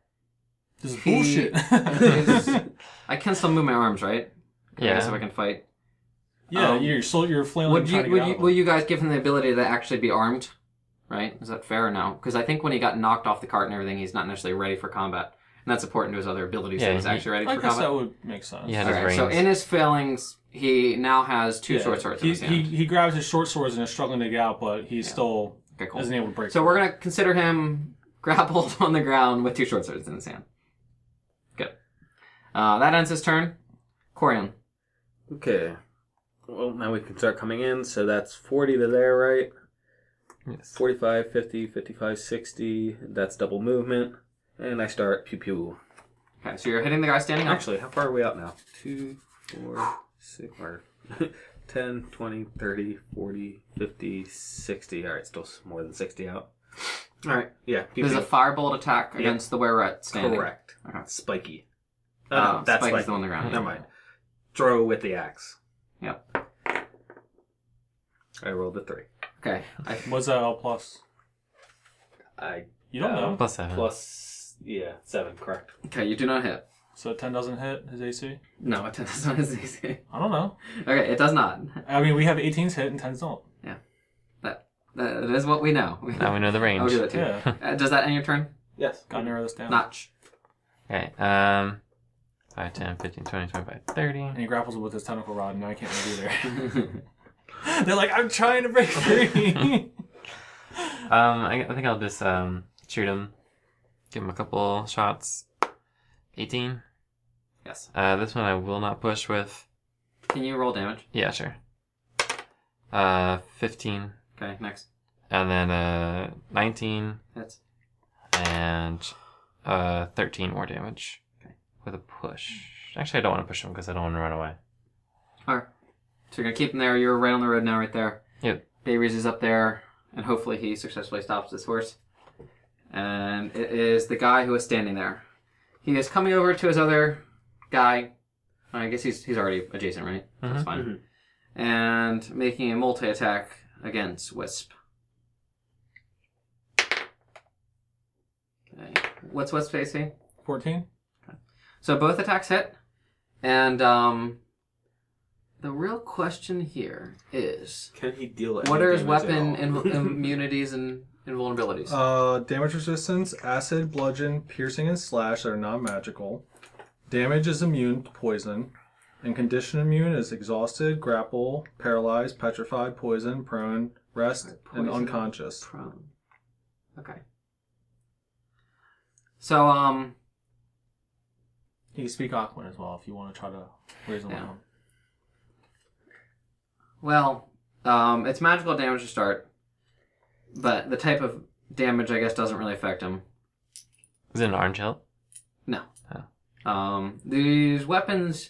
C: This is
B: He-
C: bullshit.
B: is- I can still move my arms, right? I guess if I
D: Yeah.
B: can fight.
C: yeah,
B: Um,
C: you're still you're flailing
B: Would
C: trying
B: you,
C: to
B: would
C: get
B: you,
C: out
B: will
C: of
B: you guys give him the ability to actually be armed? Right? Is that fair or no? Because I think when he got knocked off the cart and everything, he's not necessarily ready for combat, and that's important to his other abilities. that
D: Yeah,
B: he's
D: he-
B: actually ready
C: it. I
B: for
C: guess that
B: combat.
C: would make sense.
D: Yeah,
B: All
D: his
B: right. So
D: reins.
B: in his failings, he now has two
C: Yeah.
B: short swords in
C: He,
B: his hand.
C: he, he grabs his short swords and is struggling to get out, but he still
B: Okay, cool.
C: isn't able to break.
B: So we're gonna consider him grappled on the ground with two short swords in his hand. Good. Uh, that ends his turn. Corian.
F: Okay. Well, now we can start coming in. So that's 40 to there, right?
D: Yes.
F: 45, 50, 55, 60. That's double movement. And I start pew pew.
B: Okay, so you're hitting the guy standing up.
F: Actually, how far are we out now? 2, 4, 6, or 10, 20, 30, 40, 50, 60. All right, still s- more than 60 out.
B: All right.
F: Yeah, pew
B: This is
F: pew.
B: a firebolt attack against the were rat standing.
F: Correct.
B: Okay.
F: Spiky. Oh,
B: Oh,
F: no, that's
B: Spike
F: Spiky.
B: is the one on the ground.
F: Never mind. Throw with the axe.
B: Yep.
F: I rolled a 3.
B: Okay. I,
C: What's that L plus?
F: I
C: You don't
F: Uh,
C: know.
D: Plus seven.
F: Uh-huh. plus yeah seven correct
B: okay, you do not hit.
C: So 10 doesn't hit his AC?
B: No, it does not as easy.
C: I don't know.
B: Okay, it does not.
C: I mean, we have 18s hit and 10s don't.
B: That that is what we know.
D: Now we know the range.
B: I'll give it to you.
C: Yeah.
B: Uh, does that end your turn?
E: Yes.
C: Got narrow this down.
B: Notch.
D: Okay. Um, 5, 10, 15, 20, 25, 30.
C: And he grapples with his tentacle rod, and I can't really do there. They're like, I'm trying to break free.
D: Um, I, I think I'll just um shoot him, give him a couple shots. 18.
B: Yes.
D: Uh, this one I will not push with.
B: Can you roll damage?
D: Yeah, sure. Uh, 15,
B: Okay, next.
D: and then uh 19,
B: That's
D: and uh 13 more damage with a push. Actually, I don't want to push him because I don't want to run away.
B: all right. So you're gonna keep him there. You're right on the road now, right there.
D: Yep.
B: Bayrees is up there, and hopefully he successfully stops this horse. And it is the guy who is standing there. He is coming over to his other guy. I guess he's he's already adjacent, right? That's fine. And making a multi attack against Wisp. Okay. What's Wisp facing?
C: 14?
B: So both attacks hit, and um, the real question here is:
E: Can he deal it?
B: What are his weapon in- immunities and invulnerabilities?
C: Uh, damage resistance, acid, bludgeon, piercing, and slash are non magical. Damage is immune to poison. And condition immune is exhausted, grapple, paralyzed, petrified, poison, prone, rest,
B: Poison.
C: and unconscious.
B: Prone. Okay. So um,
C: He can speak Aquan as well if you want to try to raise him
B: Yeah.
C: up.
B: well, um, it's magical damage to start, but the type of damage I guess doesn't really affect him.
D: Is it an orange hilt?
B: No.
D: Oh.
B: Um, these weapons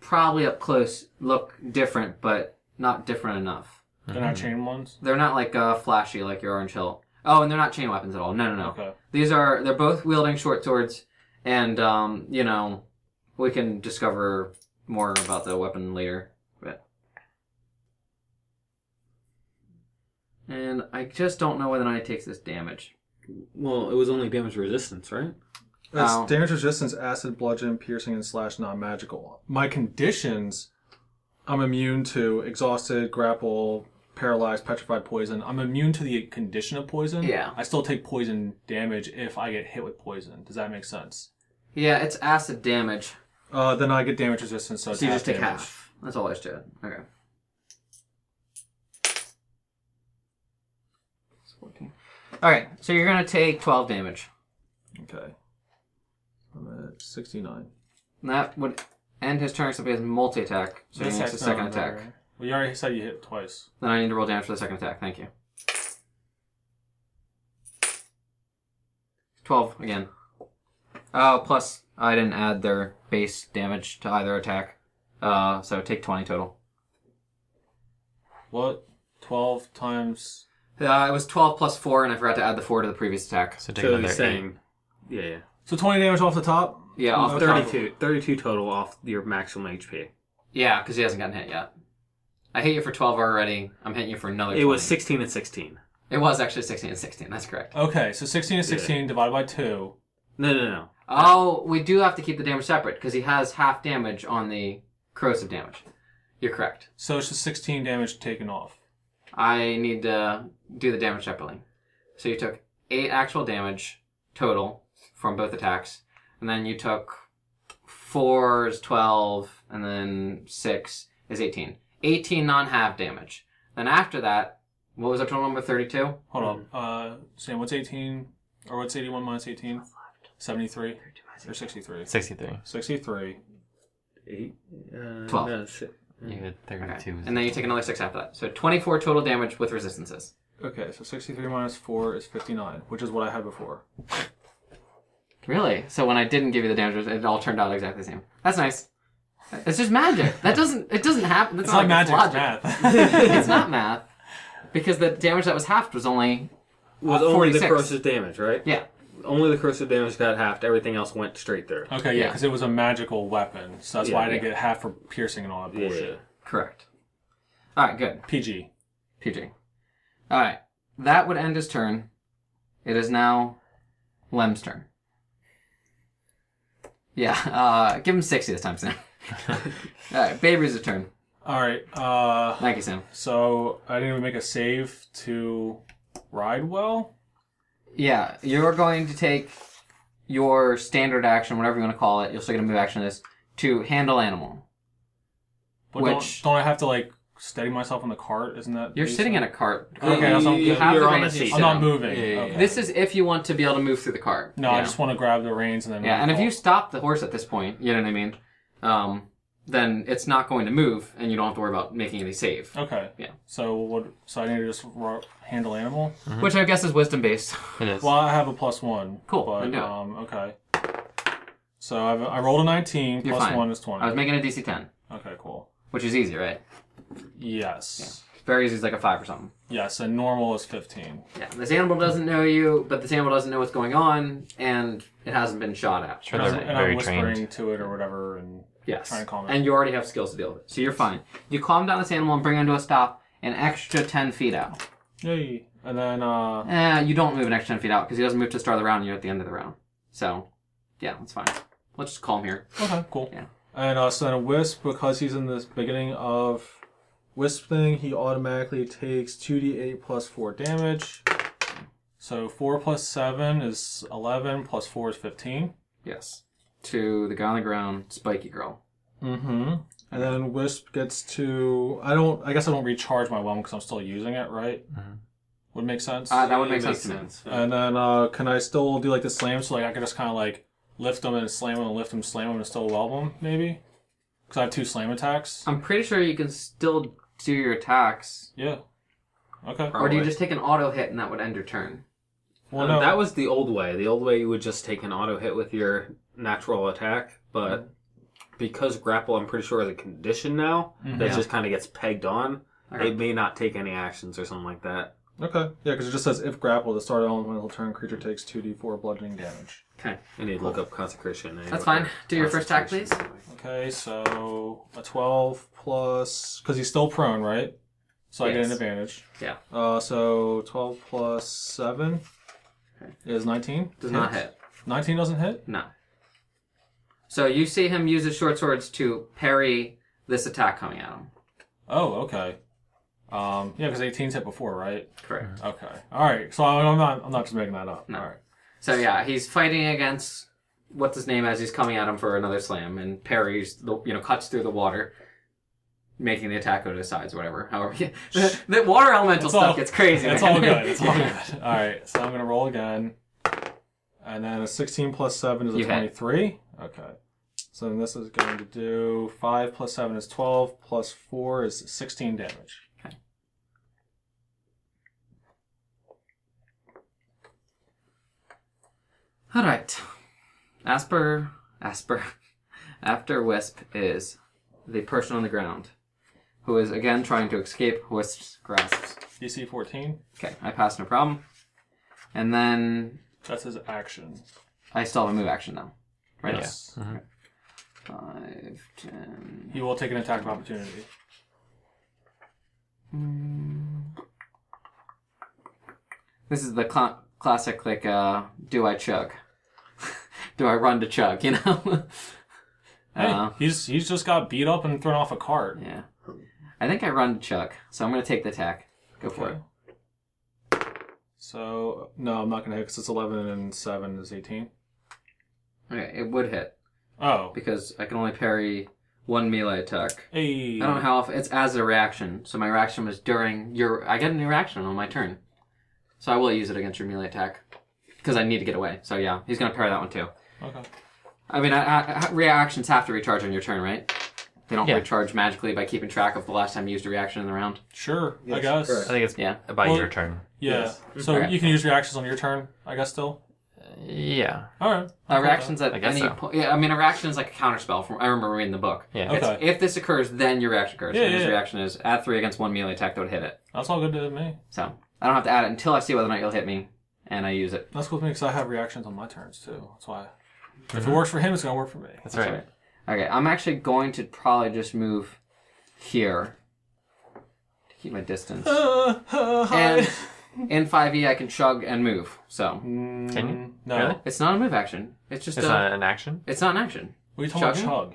B: probably up close look different, but not different enough.
C: They're not chain ones?
B: They're not like uh, flashy like your orange hilt. Oh, and they're not chain weapons at all. No, no, no.
C: Okay.
B: These are they're both wielding short swords, and um, you know, we can discover more about the weapon later. But and I just don't know whether or not it takes this damage.
F: Well, it was only damage resistance, right?
C: That's
B: Oh.
C: damage resistance, acid, bludgeon, piercing, and slash non magical. My conditions I'm immune to exhausted, grapple, paralyzed, petrified, poison. I'm immune to the condition of poison.
B: Yeah.
C: I still take poison damage if I get hit with poison. Does that make sense?
B: Yeah, it's acid damage.
C: Uh, then I get damage resistance, so, it's
B: So you just take
C: damage.
B: half. That's all there is to it. Okay. It's 14. Alright, so you're gonna take 12 damage.
C: Okay. I'm at 69.
B: And that would end his turn except he has multi attack. So he
C: This
B: makes a
C: attack's
B: second
C: not on there,
B: attack.
C: right? Well, you already said you hit twice.
B: Then I need to roll damage for the second attack. Thank you. 12 again. Oh, plus I didn't add their base damage to either attack. Uh, so take 20 total.
C: What? 12 times.
B: Uh, it was 12 plus 4, and I forgot to add the 4 to the previous attack.
D: So take
F: So
D: another
F: he's
D: eight.
F: saying, yeah, yeah.
C: So 20 damage off the top?
F: Oh,
B: Yeah, off the top.
F: 32, 32 total off your maximum HP.
B: Yeah, because he hasn't gotten hit yet. I hit you for 12 already. I'm hitting you for another
F: It was
B: 20.
F: 16 and 16.
B: It was actually 16 and 16. That's correct.
C: Okay, so 16 and 16 divided by 2.
F: No, no, no.
B: Oh, we do have to keep the damage separate because he has half damage on the corrosive damage. You're correct.
C: So it's just 16 damage taken off.
B: I need to do the damage separately. So you took 8 actual damage total from both attacks, and then you took 4 is 12, and then 6 is 18. 18 non half damage. Then after that, what was our total number? 32?
C: Hold on. Uh, Sam, what's 18? Or what's 81 minus 18? 73? Or 63?
D: 63.
C: 63.
F: Eight, uh,
B: Twelve.
F: no, si-
D: You had 32.
B: Okay. And then you take another six after that. So 24 total damage with resistances.
C: Okay, so 63 minus 4 is 59, which is what I had before.
B: Really? So when I didn't give you the damage, it all turned out exactly the same. That's nice. It's just magic. That doesn't. It doesn't happen. That's
C: It's not
B: like
C: magic, it's
B: logic.
C: math.
B: it's not math. Because the damage that was halved was only
F: was
B: Uh,
F: only
B: 46.
F: the corrosive damage, right?
B: yeah. Oh,
F: Only the corrosive damage got halved. Everything else went straight through.
C: okay, yeah,
B: Yeah.
C: because it was a magical weapon, so that's
F: Yeah,
C: why I didn't
F: yeah.
C: get half for piercing and all that bullshit.
F: Yeah.
B: Correct. All right. Good.
C: PG.
B: PG. All right. That would end his turn. It is now Lem's turn. Yeah, uh, give him 60 this time, Sam. All right, Baby's turn.
C: All right. Uh,
B: Thank you, Sam.
C: so I didn't even make a save to ride well.
B: Yeah, you're going to take your standard action, whatever you want to call it, you're still going to move action this, to handle animal.
C: But
B: Which-
C: don't, don't I have to like steady myself on the cart? Isn't that
B: You're
C: based
B: sitting
C: on-
B: in a cart.
C: Okay, that's not
B: you
C: good.
B: have
F: You're
B: the
F: on
B: reins
F: the
B: you
F: seat.
B: sit
C: I'm not
B: on.
C: moving.
F: Yeah, yeah,
C: Okay.
B: This is if you want to be able to move through the cart.
C: no.
B: yeah.
C: I just want to grab the reins and then
B: Yeah, and if
C: fall.
B: you stop the horse at this point, you know what I mean, um, then it's not going to move, and you don't have to worry about making any save.
C: okay
B: Yeah.
C: So what? So I need to just ro- handle animal.
B: Which I guess is wisdom based.
D: It is.
C: Well, I have a plus one.
B: Cool,
C: But,
B: then do it.
C: um, okay. So I've, I rolled a 19.
B: You're
C: plus
B: fine.
C: one is 20.
B: I was making a DC 10,
C: okay, cool.
B: which is easy, right?
C: Yes.
B: Very easy, it's like a 5 or something.
C: Yes, and normal is 15.
B: Yeah, this animal doesn't know you, but this animal doesn't know what's going on, and it hasn't been shot at.
D: Sure,
C: And I'm,
D: they're
C: and
D: very
C: I'm whispering
D: trained.
C: to it or whatever. And
B: Yes.
C: Trying to calm it.
B: and you already have skills to deal with it, so you're fine. You calm down this animal and bring him to a stop an extra 10 feet out.
C: Yay. And then, uh,
B: Eh, you don't move an extra 10 feet out because he doesn't move to the start of the round, and you're at the end of the round. So, yeah, that's fine. Let's just calm here.
C: okay, cool.
B: Yeah.
C: And uh, so then Wisp, because he's in this beginning of Wisp thing, he automatically takes 2d8 plus 4 damage. So 4 plus 7 is 11, plus 4 is 15.
B: Yes. To the guy on the ground, spiky girl.
C: Mm-hmm. And then Wisp gets to. I don't. I guess I don't recharge my whelm because I'm still using it, right? Would make sense.
B: Uh, that would
F: It
B: make
F: makes
B: sense to me.
C: and then uh, can I still do like the slam? So like I can just kind of like lift them and slam them, and lift them, slam them, and still whelm them, maybe? Because I have two slam attacks.
B: I'm pretty sure you can still do your attacks,
C: Yeah. Okay.
B: or do you just take an auto hit and that would end your turn?
C: Well,
F: Um,
C: no.
F: That was the old way. The old way you would just take an auto hit with your natural attack, but because grapple, I'm pretty sure, is a condition now that
B: Mm-hmm. Yeah.
F: just kind of gets pegged on.
B: Okay.
F: They may not take any actions or something like that.
C: okay. Yeah, because it just says if grappled, the start of elemental turn creature takes two d4 bludgeoning damage.
B: Okay,
F: I need to look up consecration. and
B: that's
F: what
B: fine.
F: their
B: Do your first attack, please.
F: concentration is.
C: Okay, so a 12 plus because he's still prone, right? So I get an
B: Yes.
C: advantage.
B: Yeah.
C: Uh, so 12 plus 7 is 19.
B: Does not hit.
C: 19 doesn't hit?
B: No. So you see him use his short swords to parry this attack coming at him.
C: Oh, okay. Um, yeah, because 18's hit before, right?
B: Correct.
C: Okay. All right. So I- I'm not I'm not just making that up.
B: No.
C: All right.
B: So yeah, he's fighting against what's his name as he's coming at him for another slam and parries the you know cuts through the water, making the attack go to his sides or whatever. However, the, the water elemental
C: It's
B: stuff
C: all-
B: gets crazy.
C: It's
B: man.
C: all good. It's all good. All right. So I'm gonna roll again, and then a 16 plus 7 is a
B: You hit.
C: 23. Okay. So then this is going to do 5 plus 7 is 12 plus 4 is 16 damage.
B: All right. Asper, Asper, after Wisp is the person on the ground who is again trying to escape Wisp's grasps.
C: DC 14.
B: Okay, I pass no problem. And then
C: That's his action.
B: I still have a move action now. Right?
C: Yes.
B: Five, ten.
C: He will take an attack of opportunity.
B: This is the cla classic, like, uh, do I chug? do I run to chug, you know?
C: Hey,
B: Uh,
C: he's he's just got beat up and thrown off a cart.
B: yeah. I think I run to chug, so I'm going to take the attack. Go for it.
C: Okay. So no, I'm not gonna hit because it's 11 and 7 is 18.
B: Okay, it would hit.
C: Oh,
B: because I can only parry one melee attack.
C: hey.
B: I don't know how often. It's as a reaction, so my reaction was during your. I get a new reaction on my turn, so I will use it against your melee attack because I need to get away. So yeah, he's gonna parry that one too.
C: Okay.
B: I mean, I, I, reactions have to recharge on your turn, right? They don't
D: Yeah.
B: recharge magically by keeping track of the last time you used a reaction in the round.
C: Sure. I guess.
D: I think it's
B: Yeah.
D: about
C: Well-
D: your turn.
C: Yeah. So
B: Okay.
C: you can use your actions on your turn, I guess. Still.
D: Yeah.
C: All right.
B: A Uh, reaction's at
D: I guess
B: any
D: so.
B: po- yeah. I mean, a reaction is like a counterspell. From I remember reading the book.
D: Yeah.
B: It's,
C: Okay.
B: If this occurs, then your reaction occurs.
C: Yeah,
B: and
C: yeah,
B: his
C: yeah.
B: reaction is at three against one melee attack that would hit it.
C: That's all good to me.
B: So I don't have to add it until I see whether or not you'll hit me, and I use it.
C: That's cool with me because I have reactions on my turns too. That's why. If it works for him, it's gonna work for me.
D: That's right.
B: Okay, I'm actually going to probably just move here to keep my distance.
C: Uh, uh, hi.
B: And in 5e, I can chug and move. So
D: Can you?
C: Mm, No.
D: Really?
B: it's not a move action. It's just
D: It's
B: a.
D: not an action.
B: it's not an action.
C: What are you talking about?
B: Chugging?
C: Chug.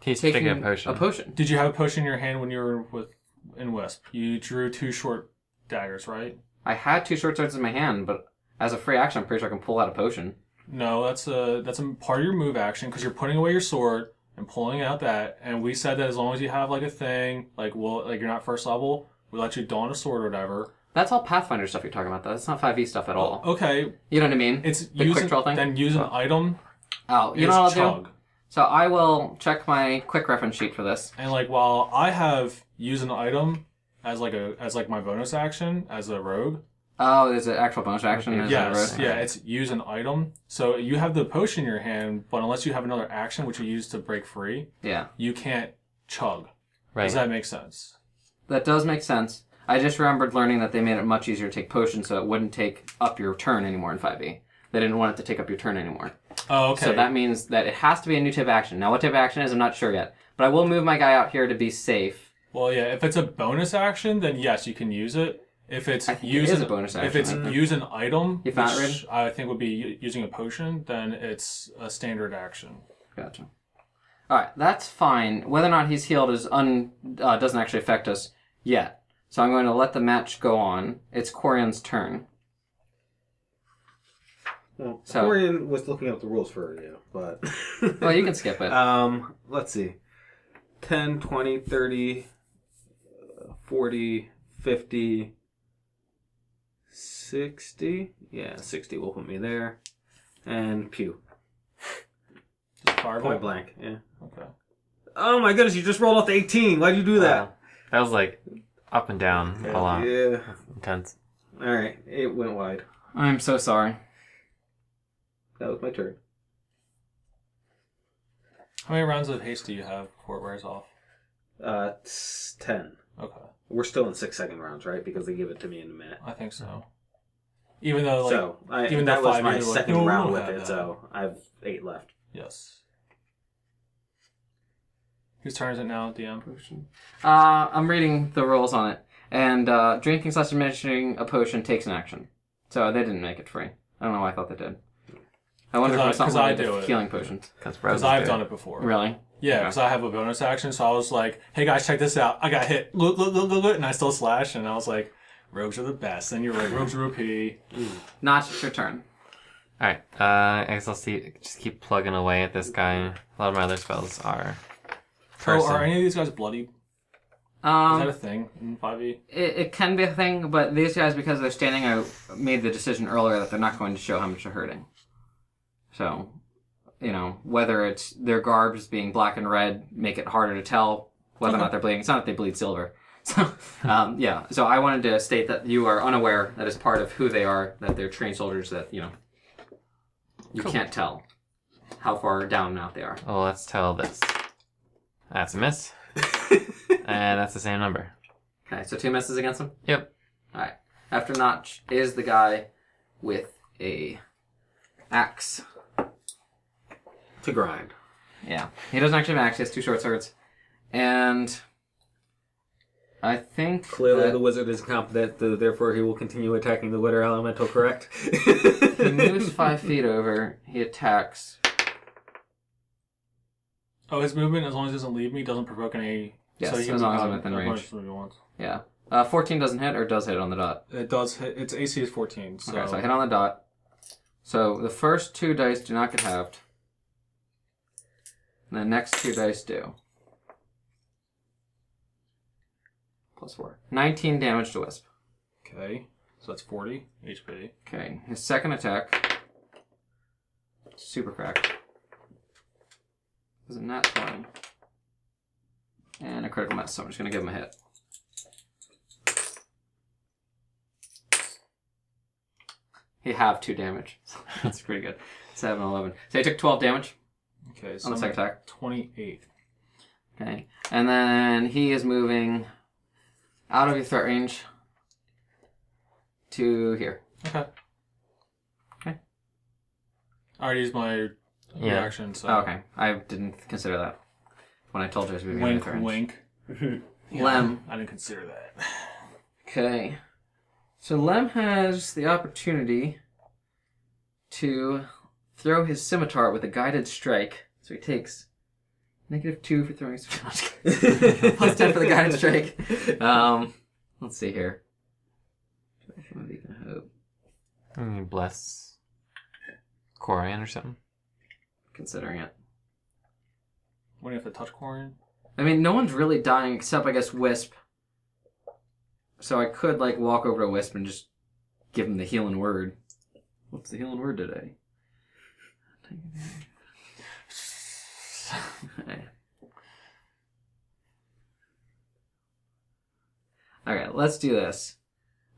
D: He's
B: Taking
D: taking a potion.
B: A potion.
C: Did you have a potion in your hand when you were with in Wisp? You drew two short daggers, right?
B: I had two short swords in my hand, but as a free action, I'm pretty sure I can pull out a potion.
C: No, that's a that's a part of your move action because you're putting away your sword and pulling out that. And we said that as long as you have like a thing, like we'll like you're not first level, we let you don a sword or whatever.
B: That's all Pathfinder stuff you're talking about, though. That's not 5e stuff at all.
C: Okay,
B: You know what I mean?
C: Oh, it's
B: the
C: use
B: quick
C: an-
B: draw thing.
C: Then use an item.
B: oh, you
C: is
B: know what I'll do?
C: chug.
B: So I will check my quick reference sheet for this.
C: And like while I have use an item as like a as like my bonus action as a rogue.
B: Oh, there's an actual bonus action. as a
C: Yes,
B: rogue.
C: yeah, it's use an item. So you have the potion in your hand, but unless you have another action which you use to break free,
B: Yeah.
C: you can't chug.
D: Right.
C: Does that make sense?
B: That does make sense. I just remembered learning that they made it much easier to take potions so it wouldn't take up your turn anymore in 5e. They didn't want it to take up your turn anymore.
C: Oh, okay.
B: So that means that it has to be a new type of action. Now, what type of action is, I'm not sure yet. But I will move my guy out here to be safe.
C: Well, yeah. If it's a bonus action, then yes, you can use it. If it's
B: I think it
C: use
B: is
C: an-
B: a bonus
C: if
B: action,
C: it's
B: I think.
C: use an item,
B: If not
C: which I think would be u- using a potion, then it's a standard action.
B: Gotcha. All right, that's fine. Whether or not he's healed is un uh, doesn't actually affect us yet. So I'm going to let the match go on. It's Corian's turn.
F: Well,
B: So-
F: Corian was looking up the rules for you, but.
B: Well, you can skip
E: Uh,
B: it.
F: Um, let's see. 10, 20, 30, uh, 40, 50, 60. Yeah, 60 will put me there. And pew.
C: Just fireball.
F: Point blank. Yeah.
C: Okay.
F: Oh my goodness, you just rolled off the 18. Why'd you do that?
D: That was like up and down a lot.
F: Yeah.
D: Intense.
F: All right, it went wide.
B: I'm so sorry.
F: That was my turn.
C: How many rounds of haste do you have before it wears off?
F: Uh, it's 10.
C: Okay,
F: We're still in six second rounds, right? Because they give it to me in a minute.
C: I think so.
B: Mm-hmm.
C: Even though, like,
F: so I,
C: even
F: that
C: though
F: was
C: five,
F: my
C: you're like,
F: second
C: no, we
F: round
C: don't
F: with
C: have
F: it,
C: that.
F: so I have eight left.
C: yes. Whose turn is it now, DM?
B: Uh, I'm reading the rules on it, and uh, drinking slash administering a potion takes an action. So they didn't make it free. I don't know why I thought they did. I wonder if
C: I-
B: it's not
C: 'cause I
B: related
C: do
B: to
C: it.
B: healing potions.
C: Because I've done it before.
B: Really?
C: Yeah, because I have a bonus action, so I was like, "Hey guys, check this out! I got hit! Look, look, look, look, look!" And I still slash, and I was like, "Rogues are the best." And you're like, "Rogues are OP."
B: Notch, it's your turn.
D: All right. Uh, I guess I'll see. Just keep plugging away at this guy. A lot of my other spells are.
C: Oh,
D: Person.
C: are any of these guys bloody? Is that a
B: Um,
C: thing in Five E?
B: it, it can be a thing, but these guys, because they're standing, I made the decision earlier that they're not going to show how much they're hurting. So, you know, whether it's their garbs being black and red make it harder to tell whether or not they're bleeding. It's not that they bleed silver. So, um, yeah. So I wanted to state that you are unaware that is part of who they are, that they're trained soldiers, that, you know, you can't tell how far down and out they are.
D: Well, let's tell this. That's a miss. and that's the same number.
B: Okay, so two misses against them?
D: Yep.
B: All right. After Notch is the guy with a axe.
F: To grind.
B: Yeah. He doesn't actually have an axe. He has two short swords, and I think
F: Clearly,
B: that
F: the wizard is incompetent, th- therefore, he will continue attacking the water elemental, correct?
B: he moves five feet over. He attacks.
C: Oh, his movement, as long as it doesn't leave me, doesn't provoke any.
B: Yes, as long as I'm within range. Yeah. Uh, Fourteen doesn't hit, or does hit on the dot.
C: It does hit. Its AC is 14, so,
B: Okay, so I hit on the dot. So the first two dice do not get halved. And the next two dice do. Plus four. 19 damage to Wisp.
C: okay. So that's 40 HP.
B: Okay, his second attack. Super crack. Was a nat 20. And a critical miss, so I'm just gonna give him a hit. He have two damage. That's pretty good. 7 11. So he took 12 damage
C: Okay, so
B: on the
C: I'm
B: second
C: at
B: attack.
C: 28.
B: Okay. And then he is moving out of your threat range to here.
C: Okay.
B: Okay.
C: I already used my
D: Yeah.
C: reaction, so.
B: Oh, okay. I didn't consider that when I told you I was moving out of
C: Wink,
B: the range.
C: wink.
B: Lem.
C: I didn't consider that.
B: Okay. So Lem has the opportunity to throw his scimitar with a guided strike. So he takes negative two for throwing his plus ten for the guided strike. Um, let's see here. Do I have a beacon of hope?
D: Mm, you bless Corian or something.
B: Considering it,
C: What do you have to touch Corian?
B: I mean, no one's really dying except I guess Wisp. So I could like walk over to Wisp and just give him the healing word. What's the healing word today? Alright, let's do this.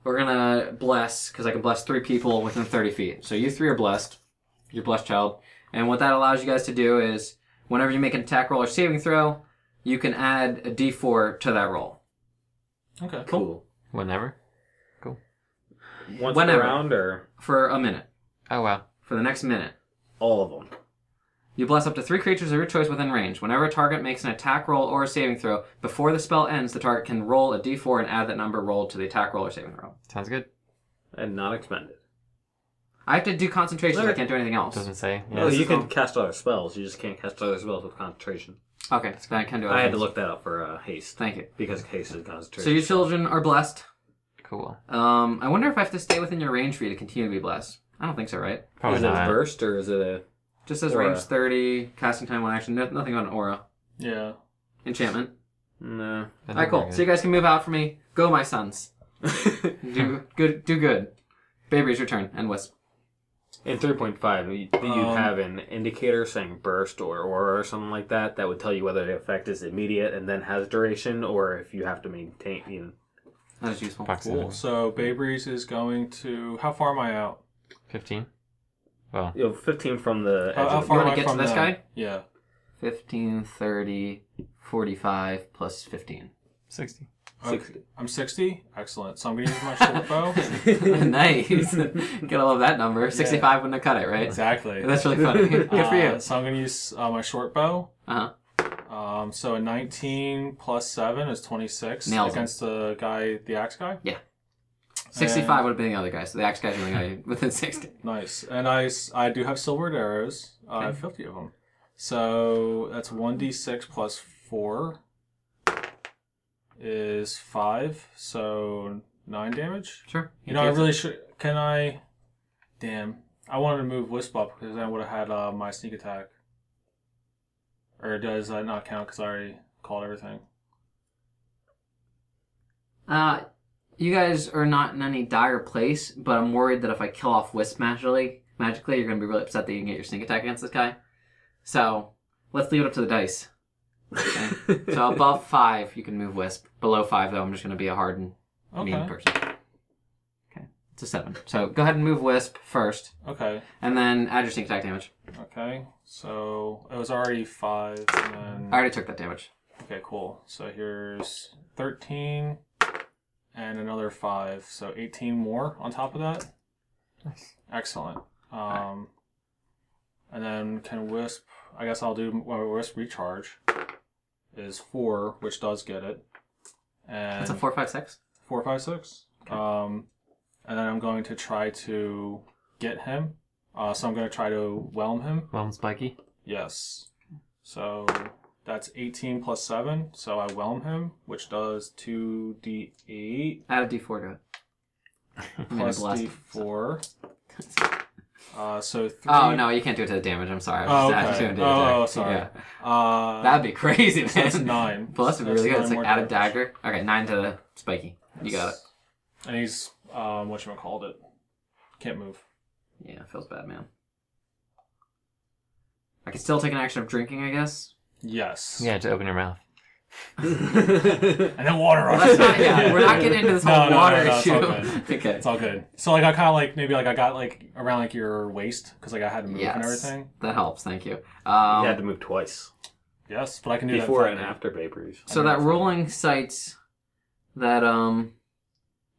B: We're gonna bless, because I can bless three people within 30 feet. So you three are blessed. You're blessed, child. And what that allows you guys to do is whenever you make an attack roll or saving throw, you can add a d4 to that roll.
C: Okay.
F: Cool.
D: Whenever.
F: Once
B: Whenever.
F: around or
B: For a minute.
D: Oh wow.
B: For the next minute.
F: all of them.
B: You bless up to three creatures of your choice within range. Whenever a target makes an attack roll or a saving throw, before the spell ends, the target can roll a d4 and add that number rolled to the attack roll or saving throw.
D: Sounds good.
F: And not expended.
B: I have to do concentration, so I can't do anything else.
D: Doesn't say.
E: Oh,
F: No,
D: Yeah.
F: you can cast other spells. You just can't cast other spells with concentration.
B: Okay, then I can do it.
F: I had to look that up for uh, haste.
B: Thank you.
F: Because haste is
B: So
F: concentration.
B: your children are blessed.
D: Cool.
B: Um, I wonder if I have to stay within your range for you to continue to be blessed. I don't think so, right?
D: Probably
F: is it a
D: not.
F: burst or is it a?
B: Just says
F: Aura.
B: range 30, casting time one action, no, nothing on aura.
C: Yeah.
B: Enchantment.
F: No.
D: I think
B: Alright, cool.
D: we're
B: So you guys can move out for me. Go, my sons. Do good. Do good. Baby, it's your turn. And Wisp.
F: In 3.5, you- do you
C: Um,
F: have an indicator saying burst or aura or something like that that would tell you whether the effect is immediate and then has duration or if you have to maintain? You know,
B: That is useful.
D: good. Proximity.
C: Cool. So Bay Breeze is going to. How far am I out?
D: Fifteen. Well,
F: you know, 15 from the edge
C: How, how
F: of the
C: far
B: You
C: am
B: wanna
C: I
B: get to
C: from
B: this
C: the-
B: guy?
C: Yeah.
B: 15, 30, 45, plus 15.
D: sixty.
C: Okay. I'm 60. Excellent. So I'm going to use my short bow.
B: nice. Gotta love that number. 65 wouldn't have cut it, right?
C: Exactly.
B: That's really funny. Good for
C: Uh,
B: you.
C: so I'm going to use uh, my short bow.
B: Uh-huh.
C: Um, so a 19 plus 7 is 26
B: Nails it.
C: against the guy, the axe guy.
B: 65 would have been the other guy, so the axe guy's the only guy within 60.
C: Nice. And I, s- I do have silvered arrows. I have 50 of them. So that's 1d6 plus 4 is 5. So 9 damage.
B: Sure.
C: You know, I really should. Can I? Damn, I wanted to move Wisp up because then I would have had uh, my sneak attack. Or does that not count? Because I already called everything.
B: Uh, you guys are not in any dire place, but I'm worried that if I kill off Wisp magically, magically, you're gonna be really upset that you can get your sneak attack against this guy. So let's leave it up to the dice. Okay? so above five, you can move Wisp. Below five, though, I'm just gonna be a hardened mean
C: Okay.
B: person. Okay, it's a seven. So go ahead and move Wisp first,
C: Okay.
B: and then add your sneak attack damage.
C: Okay. So it was already five, and
B: I
C: then
B: already took that damage.
C: okay, cool. So here's thirteen, and another five. So eighteen more on top of that. Excellent. Um, and then can Wisp? I guess I'll do well, Wisp recharge. Is four, which does get it. And
B: That's a four, five, six.
C: four, five, six. Um, and then I'm going to try to get him. Uh, so I'm going to try to whelm him.
D: Well, and spiky.
C: Yes. So that's 18 plus 7. So I whelm him, which does 2d8
B: Add a d4 to it. I mean, a
C: plus
B: blast.
C: d4. Uh, so 3.
B: Oh no, you can't do it to the damage. I'm sorry. I was
C: Oh,
B: just
C: okay.
B: asking to do
C: Oh,
B: the
C: oh,
B: attack.
C: sorry.
B: Yeah.
C: Uh,
B: That'd be crazy, man.
C: so that's 9.
B: Plus, it'd be
C: That's
B: really good.
C: nine
B: It's like
C: more
B: add a
C: damage.
B: dagger. Okay, nine to the spiky. You got it.
C: And he's, um, whatchamacallit, it. Can't move.
B: Yeah, feels bad, man. I can still take an action of drinking, I guess.
C: Yes.
D: Yeah, to open your mouth.
C: And then water rushes.
B: That's not, yeah, we're not getting into this
C: No,
B: whole
C: no, no,
B: water
C: no, it's
B: issue.
C: all good.
B: okay.
C: It's all good. So like I kind of like maybe like I got like around like your waist because like I had to move and
B: Yes.
C: everything.
B: That helps. Thank you.
F: you
B: Um,
F: had to move twice
C: Yes, but I can do
F: before
C: that
F: and after vapors.
B: so that ruling cites that um,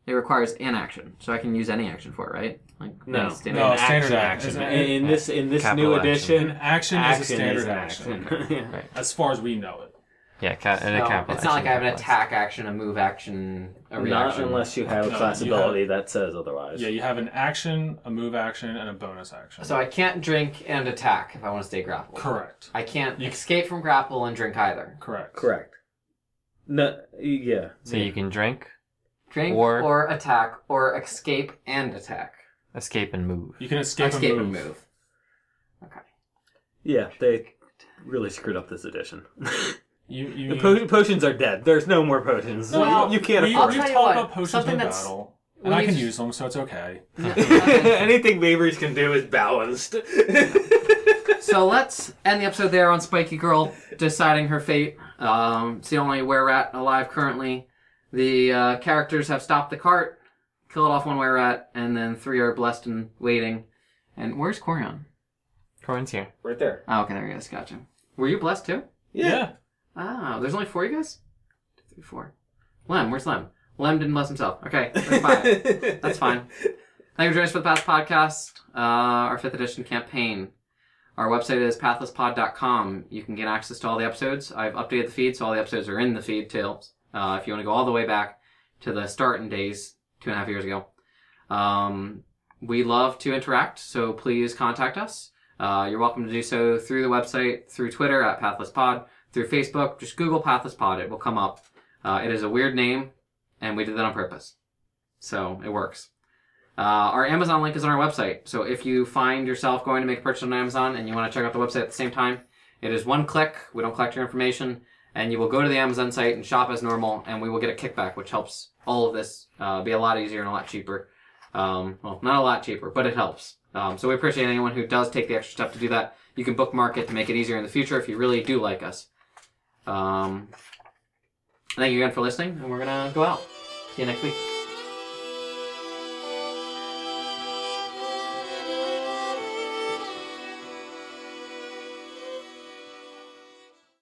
B: it requires an action, so I can use any action for it, right? Like
F: No,
B: any standard-
C: No,
F: An
C: standard act.
F: action.
C: Isn't
F: In,
C: it-
F: in this in this
D: Capital
F: new
D: action.
F: edition,
C: An action is a standard
F: an
C: action.
F: action.
C: as far as we know it.
D: Yeah, ca- and a
B: No,
D: cap.
B: it's not like I have an
D: capitalized.
B: attack action, a move action, a
F: Not
B: reaction.
F: unless you have a
C: No,
F: class
C: you
F: ability that says otherwise.
C: Yeah, you have an action, a move action, and a bonus action.
B: So I can't drink and attack if I want to stay grappled.
C: correct.
B: I can't escape from grapple and drink either.
C: Correct.
F: Correct. No. Yeah.
D: So you can drink,
B: Drink or,
D: Or-
B: attack or escape and attack.
D: escape, and move.
C: You can escape,
B: escape
C: and,
B: and
C: move.
B: move. Okay.
F: Yeah. They really screwed up this edition.
C: You,
F: The
C: you,
F: po- potions are dead. There's no more potions.
C: No,
B: Well,
F: you can't
C: we,
B: I'll
F: afford
C: we
B: tell you
C: talk
B: what,
C: about potions
B: something
C: in
B: that's-
C: battle, and
B: we
C: I can
B: need to-
C: use them, so it's okay.
B: Yeah.
E: Anything Maverick's can do is balanced.
B: so let's end the episode there on Spiky Girl deciding her fate. Um, it's the only were rat alive currently. The uh, characters have stopped the cart, killed off one were rat, and then three are blessed and waiting. And where's Corion?
D: Corin's here.
E: right there.
B: Oh, okay, there he is. Gotcha. Were you blessed too?
E: Yeah.
B: Ah, there's only four of you guys? Two, three, four. Lem, where's Lem? Lem didn't bless himself. Okay, there's five. That's fine. Thank you for joining us for the Path Podcast, uh, our fifth edition campaign. Our website is pathlesspod.com. You can get access to all the episodes. I've updated the feed, so all the episodes are in the feed too. Uh, if you want to go all the way back to the starting days two and a half years ago, um, we love to interact, so please contact us. Uh, you're welcome to do so through the website, through Twitter at pathlesspod, through Facebook. Just Google pathlesspod; it will come up. Uh, it is a weird name, and we did that on purpose, so it works. Uh, our Amazon link is on our website. So if you find yourself going to make a purchase on Amazon and you want to check out the website at the same time, it is one click. We don't collect your information, and you will go to the Amazon site and shop as normal, and we will get a kickback, which helps all of this uh, be a lot easier and a lot cheaper. Um, well, not a lot cheaper, but it helps. Um, so we appreciate anyone who does take the extra step to do that. You can bookmark it to make it easier in the future if you really do like us. Um, thank you again for listening, and we're gonna go out. See you next week.